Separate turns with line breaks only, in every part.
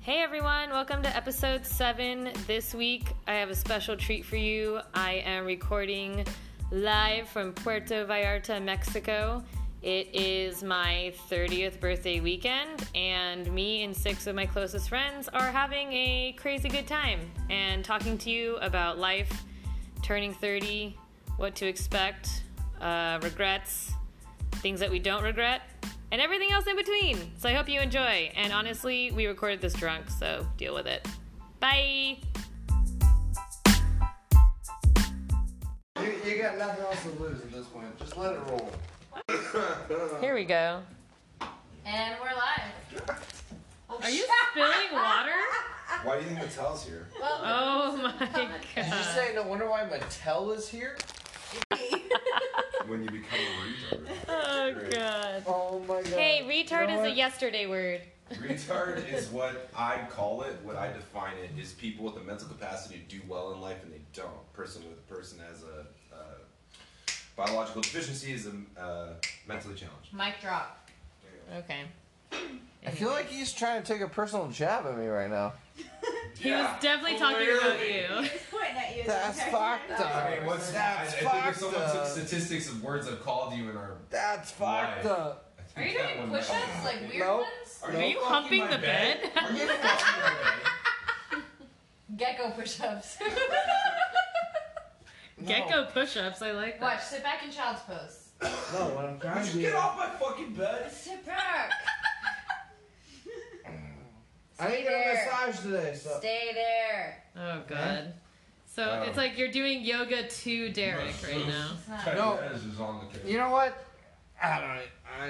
Hey everyone, welcome to episode 7. This week I have a special treat for you. I am recording live from Puerto Vallarta, Mexico. It is my 30th birthday weekend, and me and six of my closest friends are having a crazy good time and talking to you about life, turning 30, what to expect, uh, regrets, things that we don't regret, and everything else in between. So I hope you enjoy. And honestly, we recorded this drunk, so deal with it. Bye.
You, you got nothing else to lose at this point. Just let it roll.
Here we go.
And we're live.
Are you spilling water?
Why do you think Mattel's here?
Well,
Oh my god.
say no wonder why Mattel is here?
when you become a retard.
Oh god.
Oh my god.
Hey, retard
You know
is a
what?
yesterday word.
Retard is what I call it, what I define it, is people with the mental capacity to do well in life and they don't. Person with a person has a uh, biological deficiency is a, uh, mentally challenged.
mic drop.
Okay.
I feel like he's trying to take a personal jab at me right now.
He was
Oh,
definitely talking about you.
pointing at you.
That's fucked up.
I mean, what's that?
That's
I, I think if
fucked
someone took
up.
statistics of words I've called you in our.
That's fucked
Why?
up.
I
Are
think
you
that
doing
one might-
push-ups, like weird
Nope.
ones?
Are
Are you humping
my
the bed?
Are you humping
Gecko push-ups.
No.
Gecko push-ups, I like that.
Watch, sit back in child's pose.
No, what I'm
my bed?
trying
Would
to
you get
do.
off my fucking bed?
Sit back.
I didn't get a
there.
massage today, so.
Stay there.
Oh god. So
Oh.
it's like you're doing yoga to Derek right now.
It's not.
Cutting
No.
edge is on the
You know what? I don't.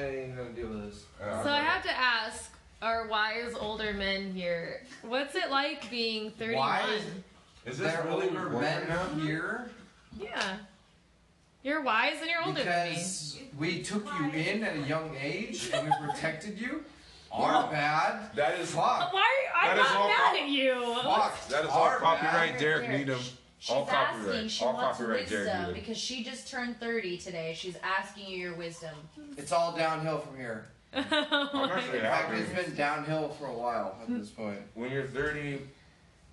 I ain't gonna deal with this.
Uh,
So I have to ask our wise older men here, what's it like being 31?
Wise?
Is this
They're
really
old
where
men
we're at now?
here
Yeah. You're wise and you're older
because we took you in at a young age and we protected you. Our bad.
That is
than me.
Fuck.
Why are
That
I'm
is all-
not mad at you?
Fuck.
That is all
Our bad.
copyright Derek
Derek.
Needham.
She's
All
asking.
copyright.
She
all
wants
copyright
wisdom
Derek Needham.
because she just turned 30 today. She's asking you your wisdom.
It's all downhill from here.
Oh
I'm
my
actually
In fact, it's
happy.
been downhill for a while at this
Hmm.
point.
When you're 30,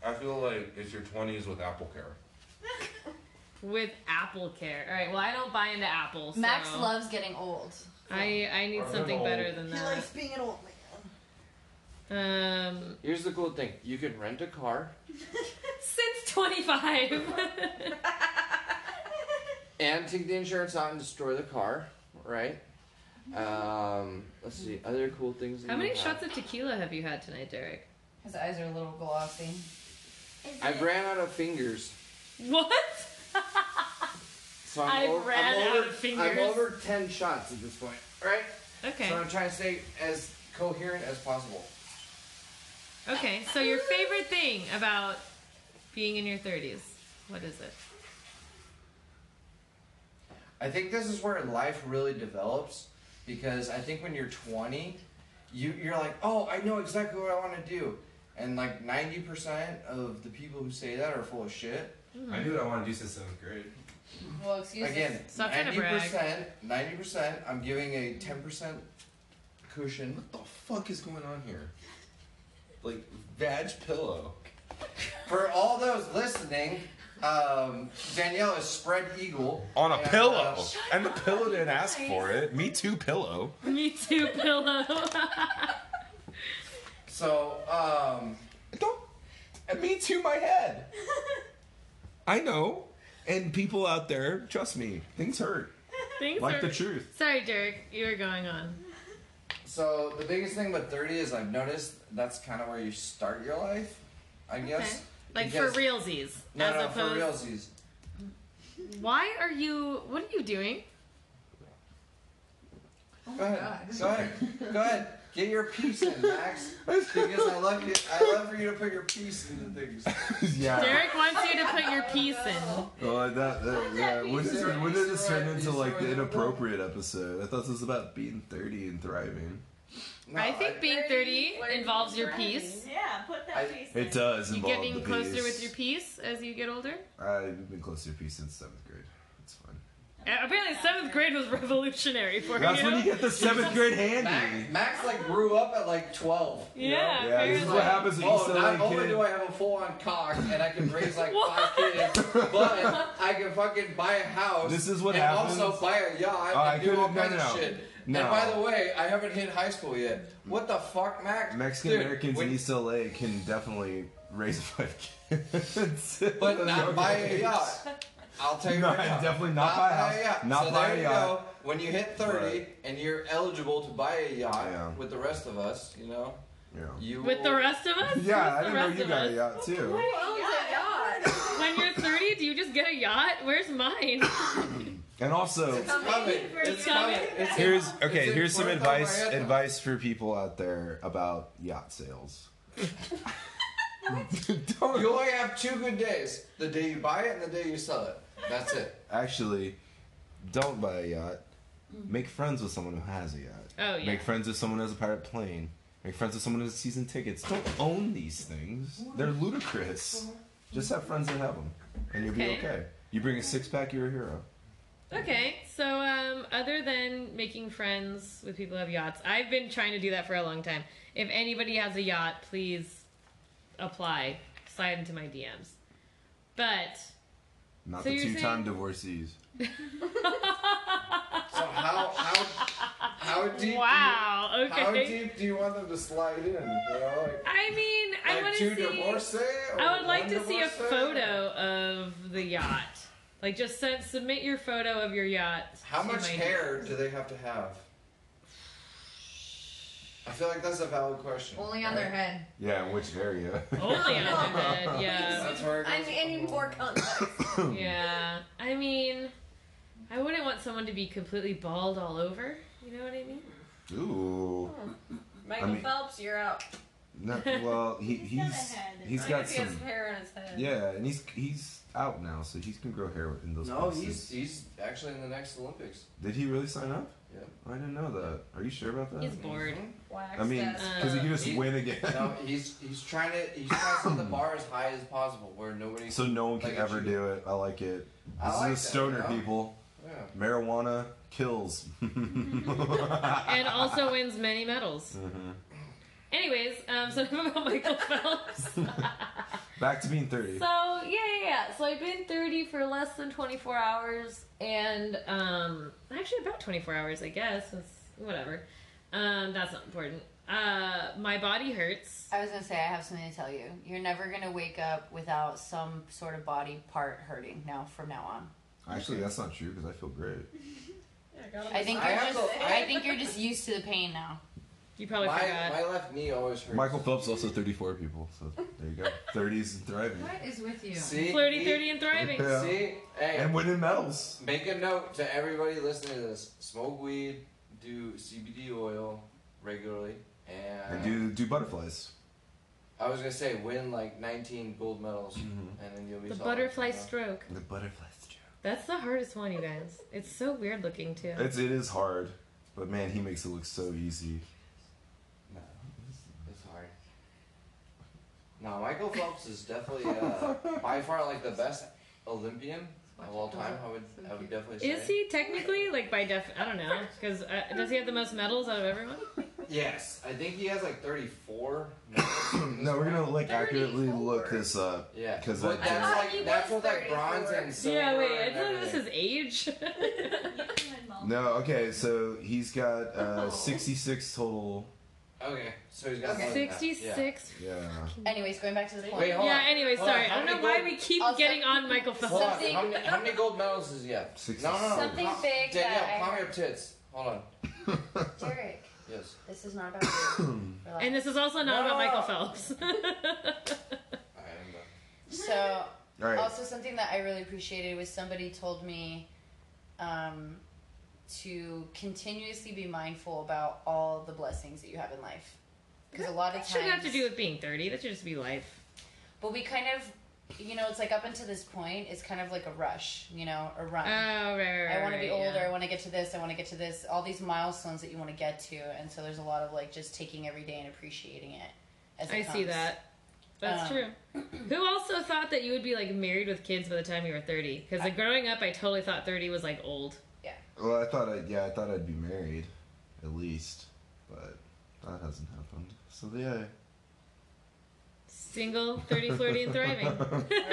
I feel like it's your 20s with Apple Care.
With Apple Care. All right. Well, I don't buy into Apple. So
Max loves getting old.
I I need
Or
something
little.
better than
He
that.
likes being an old man.
Um,
Here's the cool thing: you can rent a car
since 25.
and take the insurance out and destroy the car, right? Um, let's see other cool things.
How many shots of tequila have you had tonight, Derek?
His eyes are a little glossy.
I ran out of fingers.
What?
So I'm
I
over,
ran
I'm
out
over,
of fingers.
I'm over ten shots at this point, right?
Okay.
So I'm trying to stay as coherent as possible.
Okay, so your favorite thing about being in your 30s, what is it?
I think this is where life really develops because I think when you're 20, you, you're like, oh, I know exactly what I want to do. And like 90% of the people who say that are full of shit.
Mm-hmm. I knew what I wanted to do since seventh grade.
Well, excuse me.
Again,
Stop trying to brag.
90%, 90%, I'm giving a 10% cushion.
What the fuck is going on here? Like, vag pillow.
For all those listening, um, Danielle is spread eagle.
On a
And, uh,
pillow. and the pillow didn't ask for it. Me too, pillow.
Me too, pillow.
so, um,
Don't. and Me too, my head. I know. And people out there, trust me, things hurt.
Things
Like
are-
the truth.
Sorry, Derek, you were going on.
So the biggest thing with thirty is I've noticed that's kind of where you start your life, I guess.
Like
Because-
for realsies.
No,
as
no, for
opposed
realsies.
Why are you what are you doing?
Oh
Go
my
ahead.
god.
Go ahead. Go ahead. Get your piece in, Max. Because I love you. I love for you to put your piece into things.
yeah.
Derek wants you to put your piece in.
Oh, that, that, yeah. When did,
sorry,
when did this
sorry,
turn into like
sorry.
the inappropriate episode? I thought this was about being 30 and thriving.
No,
I think being 30
Where
involves
you
your
driving?
piece.
Yeah, put that piece.
It does
You
involve
getting
the
closer
piece.
with your piece as you get older?
I've been close to your piece since seventh grade. It's fun.
Apparently, seventh grade was revolutionary for
That's
you.
when you get the seventh grade handy.
Max, Max like grew up at like twelve.
yeah,
Yeah, this is
apparently.
what happens when you
Oh,
still
not
ain't
only
kid.
do I have a full-on cock and I can raise like five kids, but I can fucking buy a house.
This is what
and
happens.
also buy a yacht
Oh, I
and do all
couldn't- no,
kinds
no,
of
no.
shit.
No.
And by the way, I haven't hit high school yet. What the fuck, Max?
Mexican
Dude,
Americans
when-
in East LA can definitely raise five kids.
but not buy a yacht. I'll tell you
No,
right now.
definitely not buy a house, not
so
buy
there
a
you
yacht.
Go. When you hit 30
Right.
and you're eligible to buy a yacht
Yeah.
with the rest of us, you know,
Yeah,
you
With the
will-
rest of us?
yeah I
With the
didn't know
rest
you
of
got a
us?
yacht too.
When you're 30, do you just get a yacht? Where's mine?
And also,
It's coming.
for
It's
you.
coming. It's
here's
It's
okay.
in
Here's some
front of
advice.
my head.
Advice for people out there about yacht sales. Don't
You only have two good days: the day you buy it and the day you sell it. That's it.
actually don't buy a yacht. Make friends with someone who has a yacht.
Mm. Oh, yeah.
Make friends with someone who has a pirate plane. Make friends with someone who has season tickets. Don't own these things. They're ludicrous. Just have friends that have them, and you'll
Okay.
be okay. You bring a six pack, you're a hero.
Okay, so um, other than making friends with people who have yachts, I've been trying to do that for a long time. If anybody has a yacht, please apply. Slide into my DMs. But
Not
So
the
you're
two time
saying-
divorcees.
So how how how deep?
wow,
Do you, how
okay.
deep do you want them to slide in? You know, like,
I mean, I
like
want
two
to see.
divorcee. or
I would like
one
to see a
divorcee?
photo of the yacht. Like, just send, submit your photo of your yacht.
How
to
much
my
hair
DMs.
do they have to have? I feel like that's a valid question.
Only on their head.
Yeah, in which area?
Only on the head, yeah.
That's where it
I
goes
need- I need
wrong.
more context.
Oh, Yeah, I mean, I wouldn't want someone to be completely bald all over. You know what I mean?
Ooh.
Hmm. Michael
mean-
Phelps, you're out.
No, well, he,
He's got a
he's
head.
he's
I
got
guess he has
some.
hair on his head.
Yeah, and he's he's out now, so he's gonna grow hair in those
No, he's
places.
he's actually in the next Olympics.
Did he really sign up?
Yeah.
I didn't know that. Are you sure about that?
He's bored.
Mm-hmm.
Wax
I mean,
test.
because Uh, he could just
He-
win again.
No, he's he's trying to he's trying to set the bar as high as possible where nobody.
So no one can
Like a
ever
Jew.
do it. I like it.
I
This
like
is a stoner,
that, you know?
people.
Yeah.
Marijuana kills.
And also wins many medals.
Mhm.
Anyways, um, so enough about Michael Phelps. so
Back to being thirty.
yeah, yeah, yeah. So I've been 30 for less than 24 hours, and um, actually about 24 hours, I guess. It's whatever. Um, that's not important. Uh, my body hurts.
I was gonna say I have something to tell you. You're never gonna wake up without some sort of body part hurting. Now from now on,
Actually, that's not true because I feel great.
I think
I
you're
have
just
to-
I think you're just used to the pain now.
You probably
My,
forgot.
my left knee always hurts.
Michael Phelps also thirty-four people. So there you go. Thirties and thriving
What is with you?
See,
Flirty,
See?
30, and thriving.
Yeah.
See, hey,
and winning medals.
make a note to everybody listening to this: smoke weed, do CBD oil regularly, and,
And do do butterflies.
I was gonna say win like 19 gold medals,
Mm-hmm.
and then you'll be
The
solid,
butterfly
you know?
stroke.
The butterflies. Joe.
That's the hardest one, you guys. It's so weird looking too.
It's it is hard, but man, he makes it look so easy.
No, it's hard. No, Michael Phelps is definitely uh, by far like the best Olympian of all time. I would, I would definitely say.
Is he technically like by def? I don't know because uh, does he have the most medals out of everyone?
Yes, I think he has like 34. medals.
No, we're gonna like accurately look
34.
this up.
Yeah,
'Cause
but
that-
that's
I thought
like
he
that's
was
with like
34.
bronze and silver.
yeah, wait. I
and
thought this
everything.
is age.
No, okay, so he's got uh, sixty-six total.
Okay, so he's got more than that. Yeah.
Sixty-six.
Yeah.
Anyways, going back to this point.
Wait,
Yeah.
hold on.
anyway,
Hold on,
sorry.
how
I don't know
many
why
gold-
we keep
Also-
getting on Michael
Hold
Phelps.
on.
Something-
How many, how many gold medals does he have?
Six-
No, no, no.
Something
How-
big that
Danielle,
I
palm
heard.
your tits. Hold on.
Derek,
Yes.
this is not about you. Relax.
And this is also not about
No.
Michael Phelps.
I am done.
so
All right.
Also, something that I really appreciated was somebody told me um, to continuously be mindful about all the blessings that you have in life. Because a lot
That
of times.
shouldn't have to do with being thirty. That should just be life.
But we kind of, you know, it's like up until this point, it's kind of like a rush, you know, a run.
Oh right, right, right.
Uh, I want to be
right,
older. I
yeah.
want to get to this. I want to get to this. All these milestones that you want to get to, and so there's a lot of like just taking every day and appreciating it. As it
I see
comes.
that. That's
Um,
true. Who also thought that you would be like married with kids by the time you were 30? Because like growing up, I totally thought 30 was like old.
Well, I thought I'd yeah, I thought I'd be married, at least, but that hasn't happened. So yeah.
Single, 30, flirty, and thriving.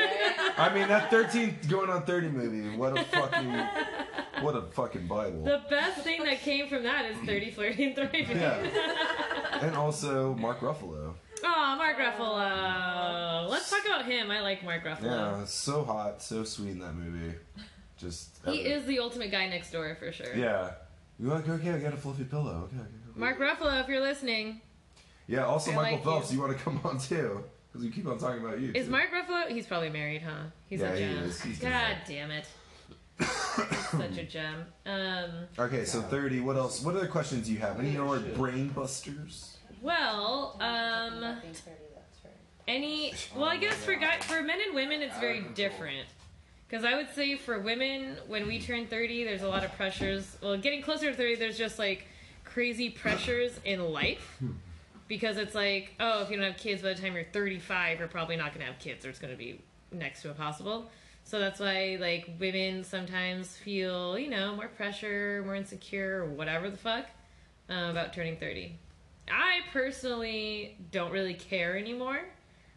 Right?
I mean that 13 going on 30 movie. What a fucking what a fucking bible.
The best thing that came from that is 30, flirty, and thriving.
Yeah. and also Mark Ruffalo.
Oh, Mark Ruffalo. Let's talk about him. I like Mark Ruffalo.
Yeah, so hot, so sweet in that movie. Just
He
ever-
is the ultimate guy next door for sure.
Yeah. You're like, okay, I got a fluffy pillow. Okay. okay, okay.
Mark Ruffalo, if you're listening,
Yeah. Also,
I
Michael
like
Phelps.
you.
You. want to come on too? Because we keep on talking about you.
is
too.
Mark Ruffalo? He's probably married, huh? He's
Yeah,
a
he
gem.
is. He's
God
married.
damn it. He's such a gem. Um,
Okay, so thirty. What else? What other questions do you have? Any more
Shit.
brain busters?
well, um,
Being 30, that's right.
any well i guess for guy for men and women it's very different because i would say for women when we turn 30 there's a lot of pressures well getting closer to 30 there's just like crazy pressures in life because it's like oh if you don't have kids by the time you're 35 you're probably not going to have kids or it's going to be next to impossible so that's why like women sometimes feel you know more pressure more insecure or whatever the fuck uh, about turning 30 i personally don't really care anymore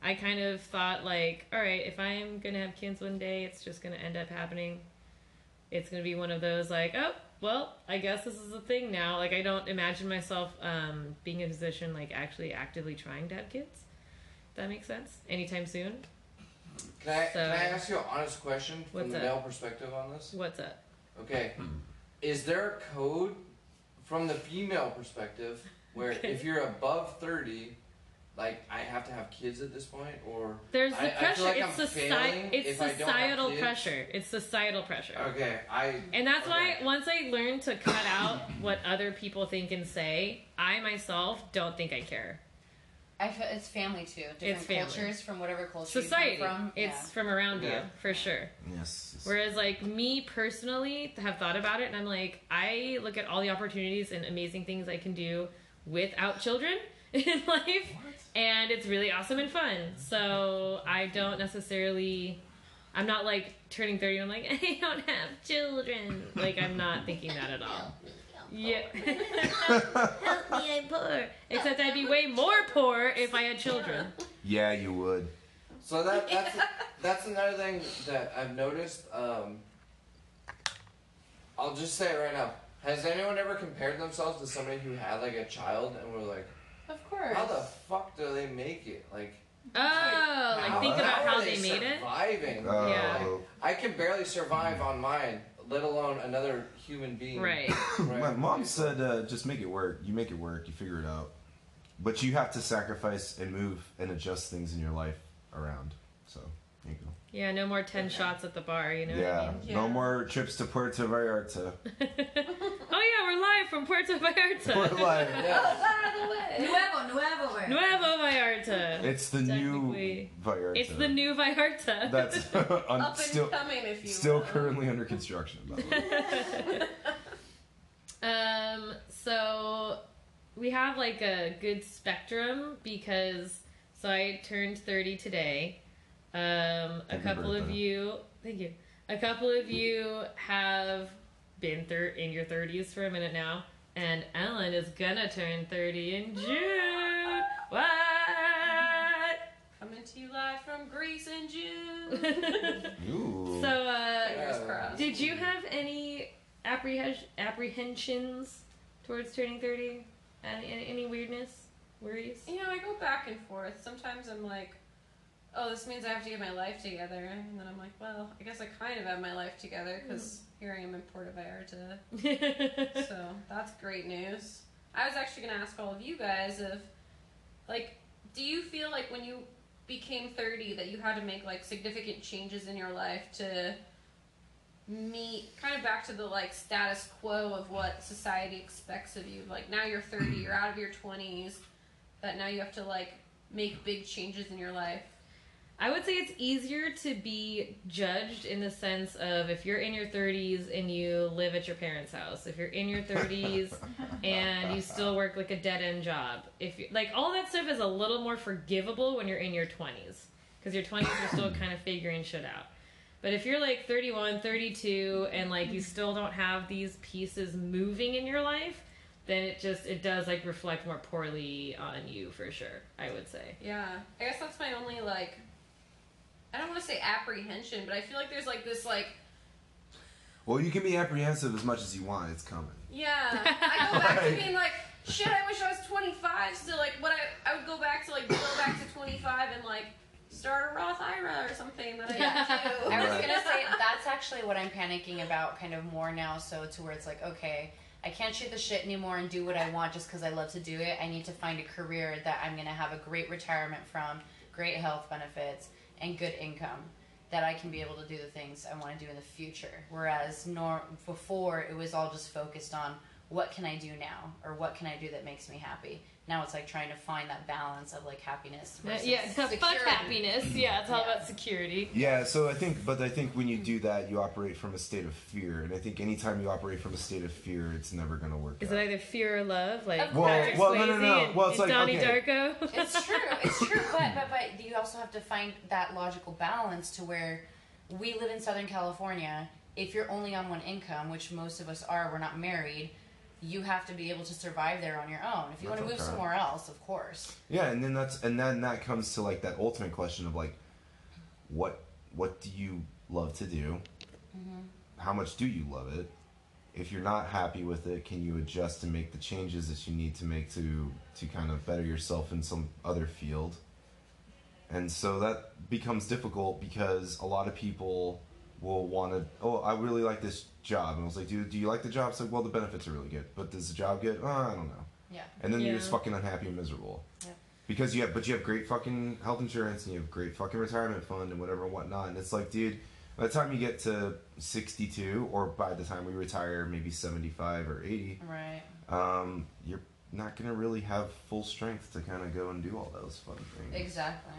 I kind of thought like, all right, if I'm gonna have kids one day, it's just gonna end up happening. It's gonna be one of those like, oh, well, I guess this is a thing now. Like, I don't imagine myself um, being in a position like actually actively trying to have kids. If that makes sense. Anytime soon.
Can I,
So-
can I ask you an honest question from
What's
the
up?
male perspective on this?
What's up?
Okay. Is there a code from the female perspective where
Okay.
if you're above 30, like I have to have kids at this point or
There's the
I- I feel
pressure.
like
it's
I'm
society.
failing
It's
if I don't have
societal
kids.
pressure. It's societal pressure.
okay, I
And that's why
Okay.
once I learned to cut out what other people think and say, I myself don't think I care.
I feel it's family too. Different
It's family.
cultures from whatever culture
society.
you come from.
It's
yeah.
from around you
Yeah.
for sure.
Yes.
Whereas like me personally have thought about it and I'm like I look at all the opportunities and amazing things I can do without children in life and it's really awesome and fun. So I don't necessarily I'm not like turning 30 and I'm like I don't have children. Like I'm not thinking that at all. Yeah. Help me, I'm poor. Except I'd be way more poor if I had children.
Yeah, you would.
So that that's that's another thing that I've noticed. Um, I'll just say it right now. Has anyone ever compared themselves to somebody who had like a child and were like,
Of course.
how the fuck do they make it? Like,
Oh, like
how-
think about
are
how they made it.
surviving?
Oh,
Yeah.
I can barely survive on mine, let alone another human being.
Right.
Right.
My mom said, uh, "Just make it work. You make it work. You figure it out." But you have to sacrifice and move and adjust things in your life around. So there you go.
Yeah, no more 10 shots at the bar, you know
yeah.
what
Yeah.
No more trips to Puerto Vallarta.
I mean? oh, yeah, we're live from Puerto Vallarta.
We're like,
Yeah.
Nuevo, Nuevo. where?
Nuevo Vallarta.
it's the new
Technically.
Vallarta.
It's the new Vallarta.
That's un-
Up and
still
coming, if you
still
will.
currently under construction. By the way.
um, so we have like a good spectrum because, so I turned 30 today. Um, a
Happy
couple of
birthday.
you, thank you. A couple of you have been thir- in your 30s for a minute now, and Ellen is gonna turn 30 in June. What?
Coming to you live from Greece in June.
Ooh.
so, uh,
Fingers crossed.
did you have any apprehens- apprehensions towards turning 30? Any, any, any weirdness? Worries?
You know, I go back and forth. Sometimes I'm like, oh, this means I have to get my life together. And then I'm like, well, I guess I kind of have my life together because here I am in Puerto Vallarta. so that's great news. I was actually going to ask all of you guys if, like, do you feel like when you became 30 that you had to make, like, significant changes in your life to meet kind of back to the like status quo of what society expects of you like now you're 30 you're out of your 20s that now you have to like make big changes in your life
I would say it's easier to be judged in the sense of if you're in your 30s and you live at your parents' house, if you're in your 30s and you still work like a dead end job, if you, like all that stuff is a little more forgivable when you're in your 20s because your 20s are still kind of figuring shit out. But if you're like 31, 32 and like you still don't have these pieces moving in your life, then it just it does like reflect more poorly on you for sure, I would say.
Yeah, I guess that's my only like. I don't want to say apprehension, but I feel like there's like this like
Well, you can be apprehensive as much as you want. It's coming.
yeah. I go back to
Right.
being like shit. I wish I was 25. So like, what I I would go back to like go back to 25 and like start a Roth IRA or something that I didn't do.
I was
Right.
gonna say that's actually what I'm panicking about, kind of more now. So to where it's like, okay, I can't shoot the shit anymore and do what I want just because I love to do it. I need to find a career that I'm gonna have a great retirement from, great health benefits, and good income that I can be able to do the things I want to do in the future. Whereas nor before it was all just focused on what can I do now or what can I do that makes me happy. Now it's like trying to find that balance of like happiness. Versus
yeah, fuck
security.
happiness. Yeah, it's all
Yeah.
about security.
Yeah, so I think, but I think when you do that, you operate from a state of fear, and I think anytime you operate from a state of fear, it's never gonna work.
Is
out.
it either fear or love? Like
Of
Well,
Patrick
well, no, no,
Swayze
no.
and,
Well, it's
and
like,
Donnie
okay.
Darko?
It's true. It's true. But but but you also have to find that logical balance to where we live in Southern California. If you're only on one income, which most of us are, we're not married. You have to be able to survive there on your own. If you want to
That's
move
okay.
somewhere else, of course.
Yeah, and then that's and then that comes to like that ultimate question of like, what what do you love to do? How much do you love it? If you're not happy with it, can you adjust and make the changes that you need to make to to kind of better yourself in some other field? And so that becomes difficult because a lot of people will want to. Oh, I really like this job, and I was like, "Do do you like the job?" It's like, "Well, the benefits are really good, but does the job good? Oh, I don't know."
Yeah.
and then
Yeah.
you're just fucking unhappy and miserable.
Yep.
Because you have, but you have great fucking health insurance and you have great fucking retirement fund and whatever and whatnot. And it's like, dude, by the time you get to 62 or by the time we retire, maybe 75 or 80,
Right.
um, you're not gonna really have full strength to kind of go and do all those fun things.
Exactly.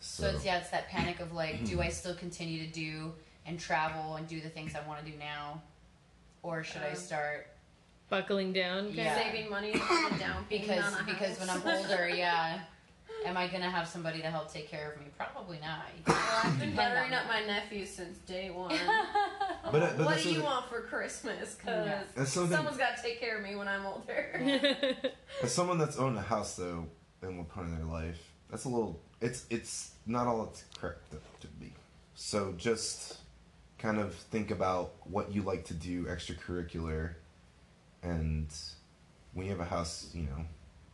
So,
So,
it's yeah, it's that panic of like, do I
Mm-hmm.
still continue to do and travel and do the things I want to do now, or should I
Um,
start
Buckling down. kind
Yeah.
Saving money for the down payment
because
on a
because when I'm
house.
older, yeah, am I gonna have somebody to help take care of me? Probably not.
Well, I've been
Depend
buttering
on
up my nephew since day one.
But- uh, but
what
that's
do you
what-
want for Christmas?
Yeah.
Because
That's something-
someone's got to take care of me when I'm older.
of-
as someone that's owned a house though, in one point in their life, that's a little. It's it's not all it's cracked up to be. So just kind of think about what you like to do extracurricular, and when you have a house, you know,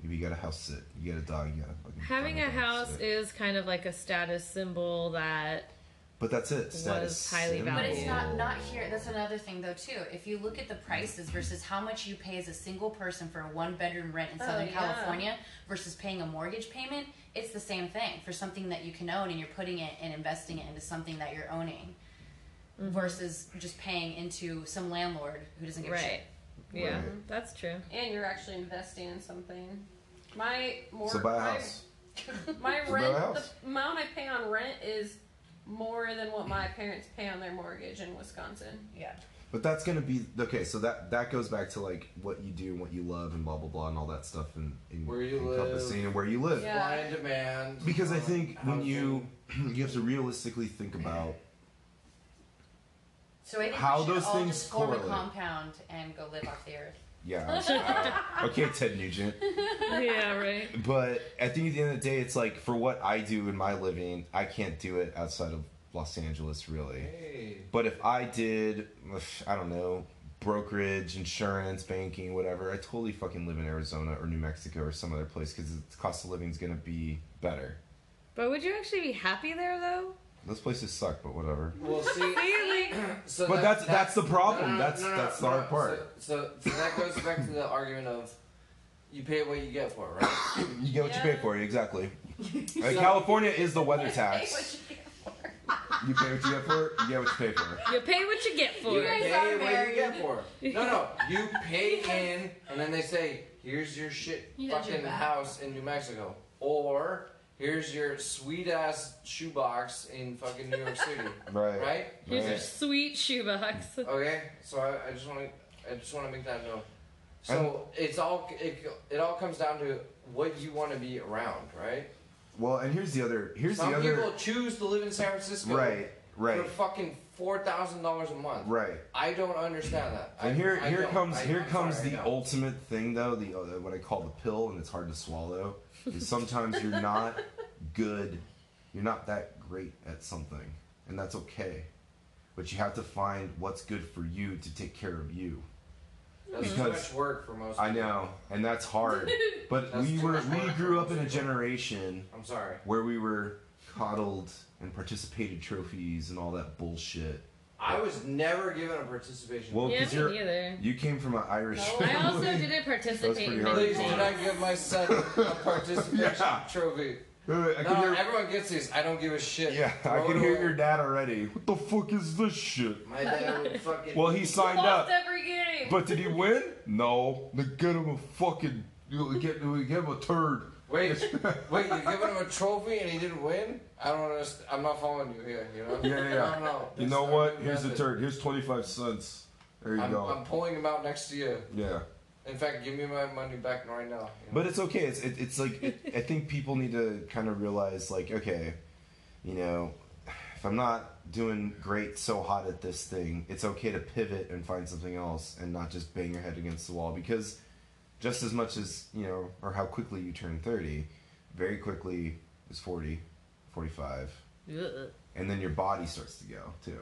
maybe you got a house sit, you got a dog, you got a fucking
Having a
dog,
house
sit.
is kind of like a status symbol that
but that's it.
was
Status
highly
symbol.
But it's not
valuable.
not here. That's another thing though too. If you look at the prices versus how much you pay as a single person for a one bedroom rent in
Oh,
Southern
yeah.
California versus paying a mortgage payment, it's the same thing for something that you can own and you're putting it and investing it into something that you're owning. Versus just paying into some landlord who doesn't give a shit.
right. Yeah,
Right.
that's true.
and you're actually investing in something. My more
So buy a
my,
house.
my
So buy a
rent
house.
the amount I pay on rent is more than what my parents pay on their mortgage in Wisconsin.
Yeah.
But that's gonna be okay. So that that goes back to like what you do, and what you love, and blah blah blah, and all that stuff, and, and
Where you live.
encompassing and where you live.
Yeah.
Supply and demand.
Because I
uh,
think when you
housing.
you have to realistically think about
So I think
How
we should
those
all
things
just form
correlate.
a compound and go live off the earth.
yeah I'm sorry. okay Ted Nugent
yeah, right.
but I think at the end of the day it's like for what I do in my living I can't do it outside of Los Angeles really
Hey.
but if I did I don't know brokerage insurance banking whatever I totally fucking live in Arizona or New Mexico or some other place because the cost of living is gonna be better
But would you actually be happy there though?
those places suck but whatever
Well, see.
Really?
So
But
that-
that's-
that-
that's the problem.
no, no,
That's-
no, no,
that's the
no,
hard part.
So, so, so that goes back to the argument of you pay what you get for, right?
you get what you pay
Yeah.
for exactly Uh,
So-
California is the weather
Hey,
tax.
what you pay for?
You pay what you get for it, you get what you pay for.
You pay what you get for
You
it.
pay
are
what you
married.
get for. it. No, no, you pay in, and then they say, "Here's your shit
You got your
fucking
back.
house in New Mexico," or Here's your sweet ass shoebox in fucking New York City,
Right.
right?
Here's your
Right. Oh,
sweet shoebox.
Okay, so I, I just want to, I just want to make that known. So it's all, it, it all comes down to what you want to be around, right?
Well, and here's the other. Here's
Some
the other.
people choose to live in San Francisco,
right. Right.
For fucking four thousand dollars a month,
Right.
I don't understand that. I-
And here,
I
here
don't.
comes,
I-
here
I'm
comes
sorry, I
the
don't.
ultimate thing, though. The uh, what I call the pill, and it's hard to swallow. Is sometimes you're not good, you're not that great at something, and that's okay. But you have to find what's good for you to take care of you.
That's too
because-
much work for most.
I know, and that's hard. But
That's
we
too
were,
much
we
work for
grew up in
most
a
people.
generation
I'm sorry.
where we were coddled and participated trophies and all that bullshit.
I was never given a participation.
Well,
yeah,
because
me
you're
neither.
you came from an Irish.
I
family.
also didn't participate in
pretty hard.
many
Please do
things.
not give my son a participation
Yeah.
trophy.
Wait, wait, I
No,
can hear-
everyone gets these. I don't give a shit.
Yeah, I
Throw
can
it
hear
away.
your dad already. What the fuck is this shit?
My dad would fucking.
Well, he signed up,
Lost every game.
but did he win? No. They get him a fucking. you Get, we get him a turd.
wait, wait, you're giving him a trophy and he didn't win? I don't understand. I'm not following you here. You know?
Yeah, yeah, yeah.
I don't know.
You
That's
know
not
what?
good
Here's a
method.
turd. Here's 25 cents. There you
I'm,
go.
I'm pulling him out next year.
yeah.
In fact, give me my money back right now. you know?
But it's okay. It's it, it's like it, I think people need to kind of realize like okay, you know, if I'm not doing great so hot at this thing, it's okay to pivot and find something else and not just bang your head against the wall because just as much as, you know, or how quickly you turn 30, very quickly is 40, 45,
Ugh.
and then your body starts to go too.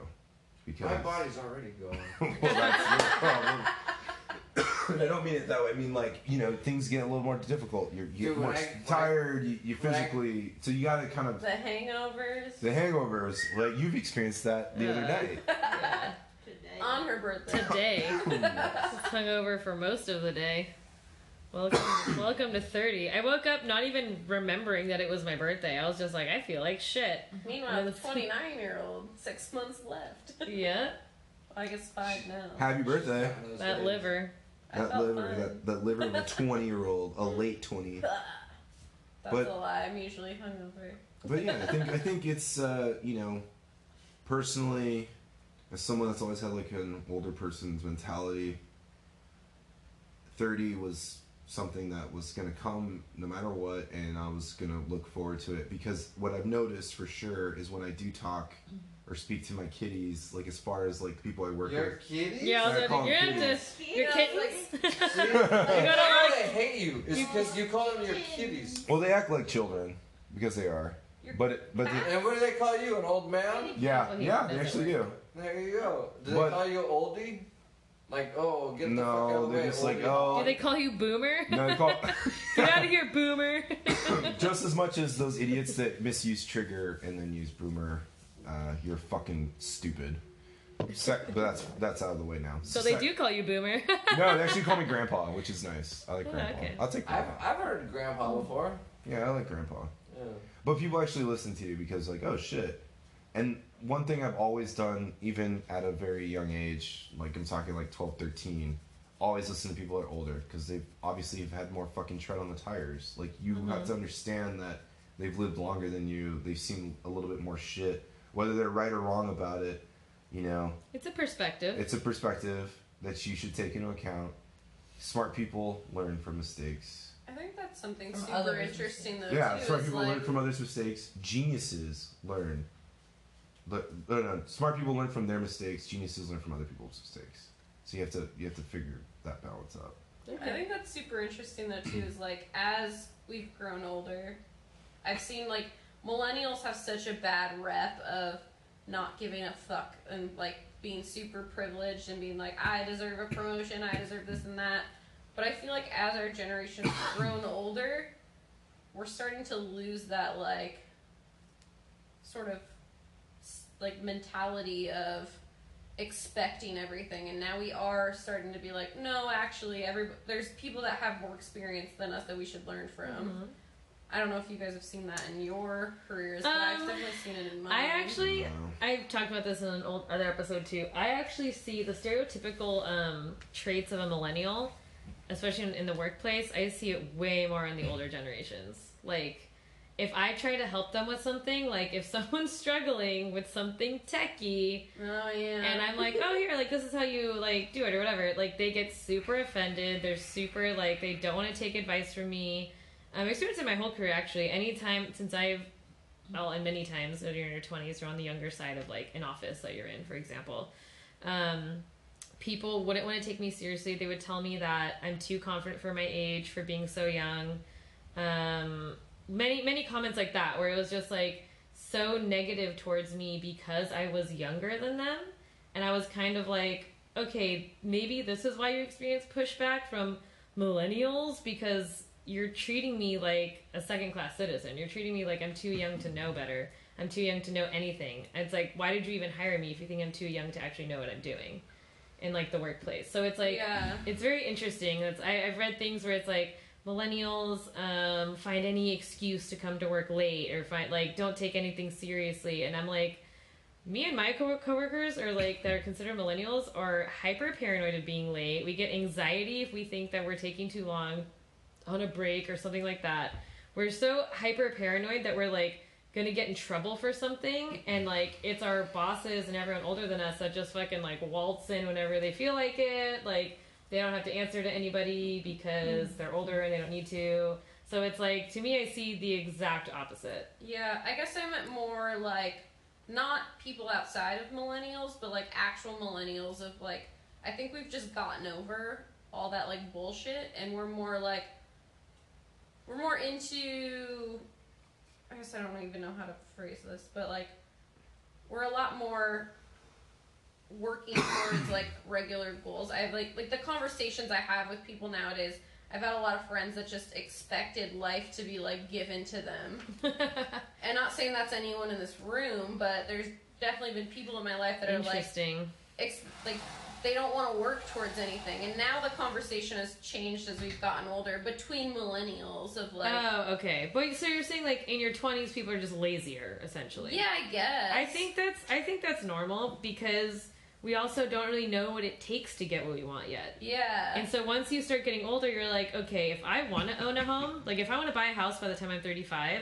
Because
my body's already going.
well, that's your problem. And I don't mean it that way. I mean like you know things get a little more difficult. You're, you
Dude,
get more
when I-
s- tired. You, you
when I-
physically so you got to kind of
the hangovers
the hangovers. Like you've experienced that the other
Yeah.
day.
Yeah.
on her birthday.
Today, hungover for most of the day. Welcome, welcome to thirty. I woke up not even remembering that it was my birthday. I was just like, I feel like shit.
Meanwhile, the
That's-
29 year old, six months left.
Yeah,
I guess five now.
Happy birthday.
Those
that
days.
liver.
I
That
felt
liver,
fine.
that, that liver of a twenty-year-old, a late twenty.
That's
but-
a lie. I'm usually hungover.
But yeah, I think I think it's uh, you know, personally, as someone that's always had like an older person's mentality, thirty was something that was gonna come no matter what, and I was gonna look forward to it because what I've noticed for sure is when I do talk or speak to my kiddies, like as far as like people I work
Your
with,
kitties?
Yeah, I was
I call
like, you're
them
gonna have to. Your kittens.
See? you
gotta,
why
like-
they hate you is because you call them your kitties.
well, they act like children because they are, but it, but they,
And what do they call you? An old man?
yeah,
Oh, he
yeah, they
does
actually do.
There you go. Do they
But-
call you oldie? Like, oh, get the fuck out
No,
of the way.
they're just like
oldie.
oh.
Do they call you boomer?
no, they call.
Get out of here, boomer.
Just as much as those idiots that misuse trigger and then use boomer, uh, you're fucking stupid. Sec- but that's that's out of the way now.
so they
Sec-
do call you boomer.
No, they actually call me grandpa, which is nice. I like
Oh,
grandpa.
okay.
I'll take
I've,
grandpa.
I've heard grandpa before.
yeah, I like grandpa.
Yeah.
But people actually listen to you because like, oh shit. And one thing I've always done, even at a very young age, like I'm talking like 12, 13, always listen to people that are older because they've obviously have had more fucking tread on the tires. Like you have to understand that they've lived longer than you. They've seen a little bit more shit, whether they're right or wrong about it. You know,
it's a perspective.
it's a perspective that you should take into account. Smart people learn from mistakes.
I think that's something
From
super
other
interesting though.
Yeah,
too,
smart
is
people
like,
learn from others' mistakes. Geniuses learn. But no, no, smart people learn from their mistakes. Geniuses learn from other people's mistakes. So you have to you have to figure that balance out.
I think that's super interesting though too. Is like as we've grown older, I've seen like millennials have such a bad rep of not giving a fuck and like being super privileged and being like I deserve a promotion, I deserve this and that. But I feel like as our generation's grown older, we're starting to lose that like sort of s- like mentality of expecting everything and now we are starting to be like no actually every there's people that have more experience than us that we should learn from
Mm-hmm.
i don't know if you guys have seen that in your careers but i've
Um,
definitely seen it in mine
I actually,
Wow.
I've talked about this in an old, other episode too. I actually see the stereotypical um, traits of a millennial, especially in, in the workplace. I see it way more in the older generations. Like,
if I try to help them with something, like if someone's struggling with something techie,
Oh yeah.
and I'm like, oh here, like this is how you like do it or whatever, like they get super offended. They're super like they don't want to take advice from me. Um, I've experienced it my whole career actually. Anytime since I've well, and many times when you're in your twenties, you're on the younger side of like an office that you're in, for example. Um, people wouldn't want to take me seriously. They would tell me that I'm too confident for my age, for being so young. Um, many many comments like that, where it was just like so negative towards me because I was younger than them, and I was kind of like, okay, maybe this is why you experience pushback from millennials because you're treating me like a second class citizen. You're treating me like I'm too young to know better. I'm too young to know anything. It's like, why did you even hire me if you think I'm too young to actually know what I'm doing in like the workplace? So it's like,
yeah.
it's very interesting. It's, I, I've read things where it's like millennials um, find any excuse to come to work late or find like don't take anything seriously, and I'm like, me and my co- coworkers are like that are considered millennials are hyper paranoid of being late. We get anxiety if we think that we're taking too long on a break or something like that. We're so hyper paranoid that we're like gonna get in trouble for something and like it's our bosses and everyone older than us that just fucking like waltz in whenever they feel like it. Like they don't have to answer to anybody because
Mm.
they're older and they don't need to. So it's like to me I see the exact opposite.
Yeah, I guess I meant more like not people outside of millennials, but like actual millennials of like I think we've just gotten over all that like bullshit and we're more like we're more into I guess I don't even know how to phrase this, but like we're a lot more working towards like regular goals. I've like like the conversations I have with people nowadays, I've had a lot of friends that just expected life to be like given to them and not saying that's anyone in this room, but there's definitely been people in my life that are like,
Interesting.
ex- like they don't want to work towards anything. And now the conversation has changed as we've gotten older between millennials of like,
oh, okay. But so you're saying like in your 20s people are just lazier essentially.
yeah, I guess.
Oh. I think that's I think that's normal because we also don't really know what it takes to get what we want yet.
Yeah.
And so once you start getting older, you're like, okay, if I want to own a home, like if I want to buy a house by the time I'm 35,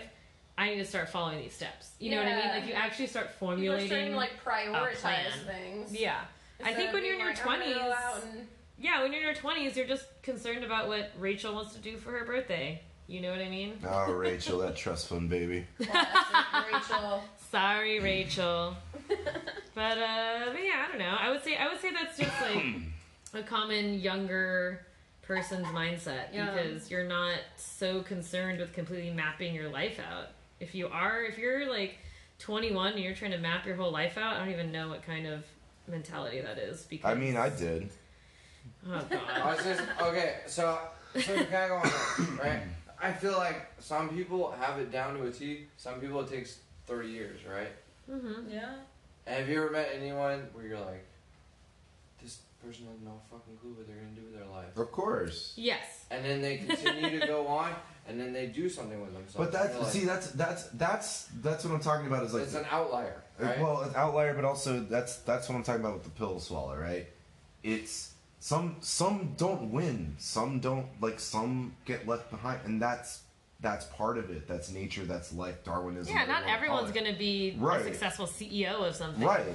I need to start following these steps. You know what I
Yeah.
mean? Like you actually start
People are
formulating.
starting to like prioritize
plan.
things.
yeah. I
Instead
think
of
when you're in
being
your
like, I'm gonna
20s,
go out and-
yeah, when you're in your 20s, you're just concerned about what Rachel wants to do for her birthday. You know what I mean?
Oh, Rachel, that trust fund baby.
Classic Rachel.
Sorry, Rachel. but uh, but yeah, I don't know. I would say I would say that's just like a common younger person's mindset
Yeah.
because you're not so concerned with completely mapping your life out. If you are, if you're like 21 and you're trying to map your whole life out, I don't even know what kind of mentality that is. Because
I mean, I did.
oh god,
I was just okay. So, so can I go on that, right? I feel like some people have it down to a T. Some people it takes thirty years, right?
Mm-hmm.
Yeah.
And have you ever met anyone where you're like, this person has no fucking clue what they're gonna do with their life,
Of course.
yes,
and then they continue to go on, and then they do something with themselves.
But
You're like,
that's see, that's that's that's that's what I'm talking about. Is like
it's an outlier, right?
Uh, Well, an outlier, but also that's that's what I'm talking about with the pill to swallow, right? It's some some don't win, some don't like some get left behind, and that's that's part of it. That's nature. That's life. Darwinism.
yeah.
whatever
Not
you wanna call
everyone's
it.
gonna be
Right.
a successful CEO of something.
right.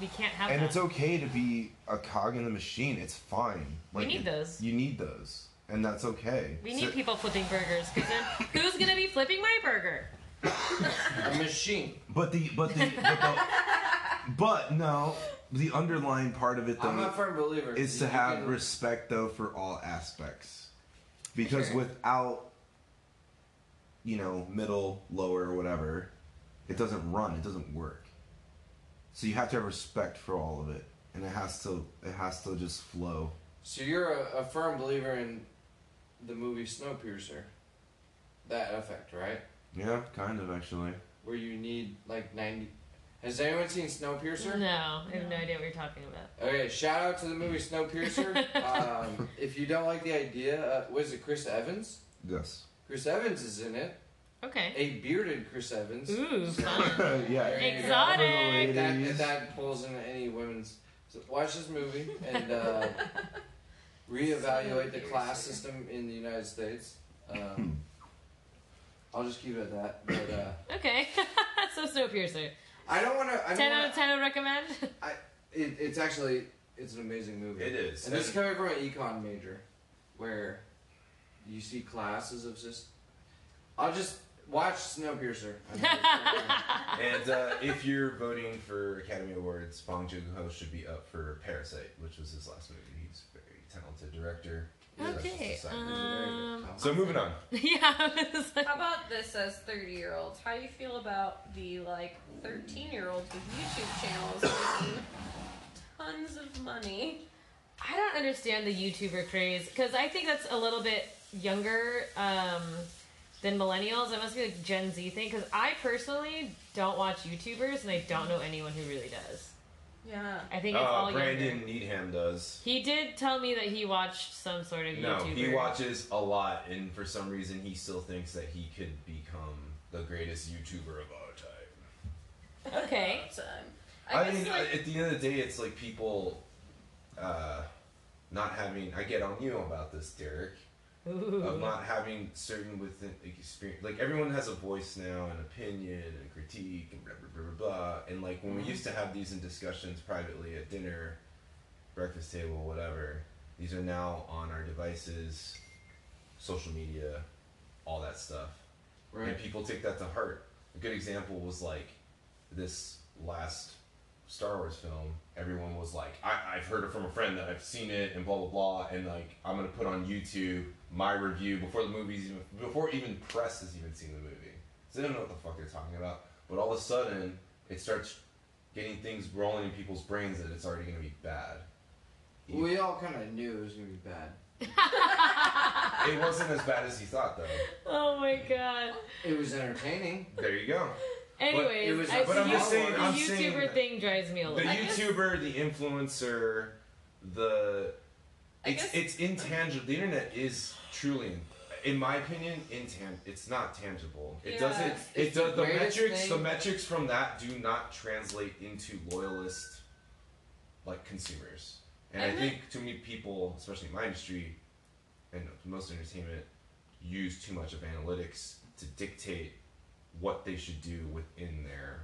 We can't have
And
that.
it's okay to be a cog in the machine. It's fine.
We need those.
You need those, and that's okay.
we
So-
need people flipping burgers because then who's gonna be flipping my burger?
a machine.
But the but the but, the, but no, the underlying part of it though.
I'm a firm believer.
is to
You
have
can-
respect though for all aspects because
Sure.
without you know middle lower or whatever it doesn't run it doesn't work so you have to have respect for all of it and it has to it has to just flow
So you're a, a firm believer in the movie Snowpiercer, that effect, right?
yeah kind of actually
Where you need like ninety. Has anyone seen Snowpiercer?
No, I have no idea what you're talking about.
Okay, shout out to the movie Snowpiercer. um, if you don't like the idea, uh, was it Chris Evans?
yes
Chris Evans is in it.
Okay.
A bearded Chris Evans.
Ooh, fun.
yeah
There you go.
Exotic.
If that, if that pulls into any women's, so watch this movie and uh, reevaluate the class system in the United States. Um, I'll just keep it at that. But uh,
Okay. so Snowpiercer.
I don't want to. I
Ten out
don't wanna,
of ten. I recommend.
It, it's actually it's an amazing movie.
It is.
And this is coming from an econ major, where you see classes of just. I'll just watch Snowpiercer.
And
uh, if you're voting for Academy Awards, Bong Joon Ho should be up for Parasite, which was his last movie. He's a very talented director. Special
Okay,
Society.
um,
so moving on.
yeah. I was like-
How about this as 30 year olds? How do you feel about the like 13 year olds with YouTube channels making tons of money?
I don't understand the YouTuber craze because I think that's a little bit younger um, than millennials. It must be like Gen Z thing because I personally don't watch YouTubers and I don't know anyone who really does.
Yeah.
I think it's
uh,
all
Brandon
younger.
Needham does.
He did tell me that he watched some sort of
No,
YouTuber.
he watches a lot, and for some reason, he still thinks that he could become the greatest YouTuber of our time.
Okay.
So, um,
I,
I, guess
mean,
like,
at the end of the day, it's like people uh, not having. I get on you about this, Derek, of
Ooh.
not having certain within experience. Like everyone has a voice now, an opinion, and critique, and blah blah blah blah. blah. And like when we used to have these in discussions privately at dinner, breakfast table, whatever. These are now on our devices, social media, all that stuff.
right.
And people take that to heart. A good example was like this last Star Wars film. Everyone was like, I- I've heard it from a friend that I've seen it and blah blah blah and like I'm gonna put on YouTube my review before the movie's even before even press has even seen the movie. So they don't know what the fuck they're talking about. But all of a sudden it starts getting things rolling in people's brains that it's already gonna be bad.
We all kind of knew it was gonna be bad.
It wasn't as bad as you thought though.
Oh my god.
It was entertaining.
There you go.
Anyways,
it was-
I,
but I'm
you-
just saying-
the
I'm
YouTuber
saying that-
thing drives me a
the
little.
I guess-
YouTuber, the influencer, the
I
it's
guess-
it's intangible. The internet is truly, in my opinion, intan. It's not tangible. It
Yeah.
doesn't. It
It's
does
the
the
greatest
metrics. The
thing.
metrics from that do not translate into loyalist, like consumers. And I
And
think too many people, especially in my industry, and most entertainment, use too much of analytics to dictate what they should do within their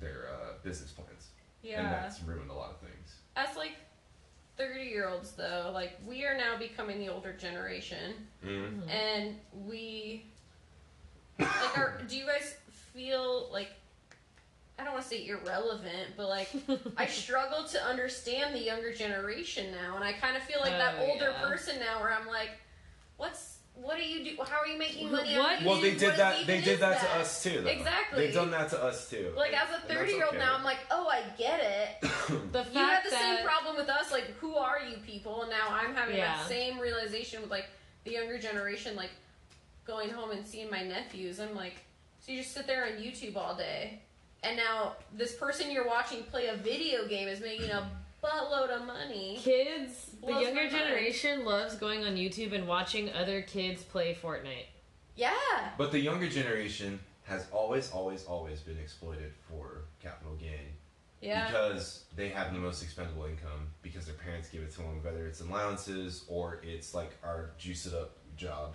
their uh, business plans and
yeah.
that's ruined a lot of things.
As like 30 year olds though, like we are now becoming the older generation.
Mhm. Mm-hmm.
and we like are do you guys feel like I don't want to say irrelevant, but like I struggle to understand the younger generation now, and I kind of feel like that
Oh,
older
yeah.
person now, where I'm like, what's what do you do? How are you making money?
What
on YouTube?
Well, they did
What
that.
even
They did
is
that to us too. Though.
Exactly.
They've done that to us too.
Like as
And
a
that's
30 year old
okay.
now, I'm like, oh, I get it.
the
You had
fact
the
that
same problem with us, like who are you people? And now I'm having
Yeah.
that same realization with like the younger generation, like going home and seeing my nephews. I'm like, so you just sit there on YouTube all day, and now this person you're watching play a video game is making a buttload of money.
kids, the
Blows my
younger
mind.
generation loves going on YouTube and watching other kids play Fortnite.
Yeah,
But the younger generation has always, always, always been exploited for capital gain
yeah.
because they have the most expendable income because their parents give it to them, whether it's allowances or it's like our juice it up job.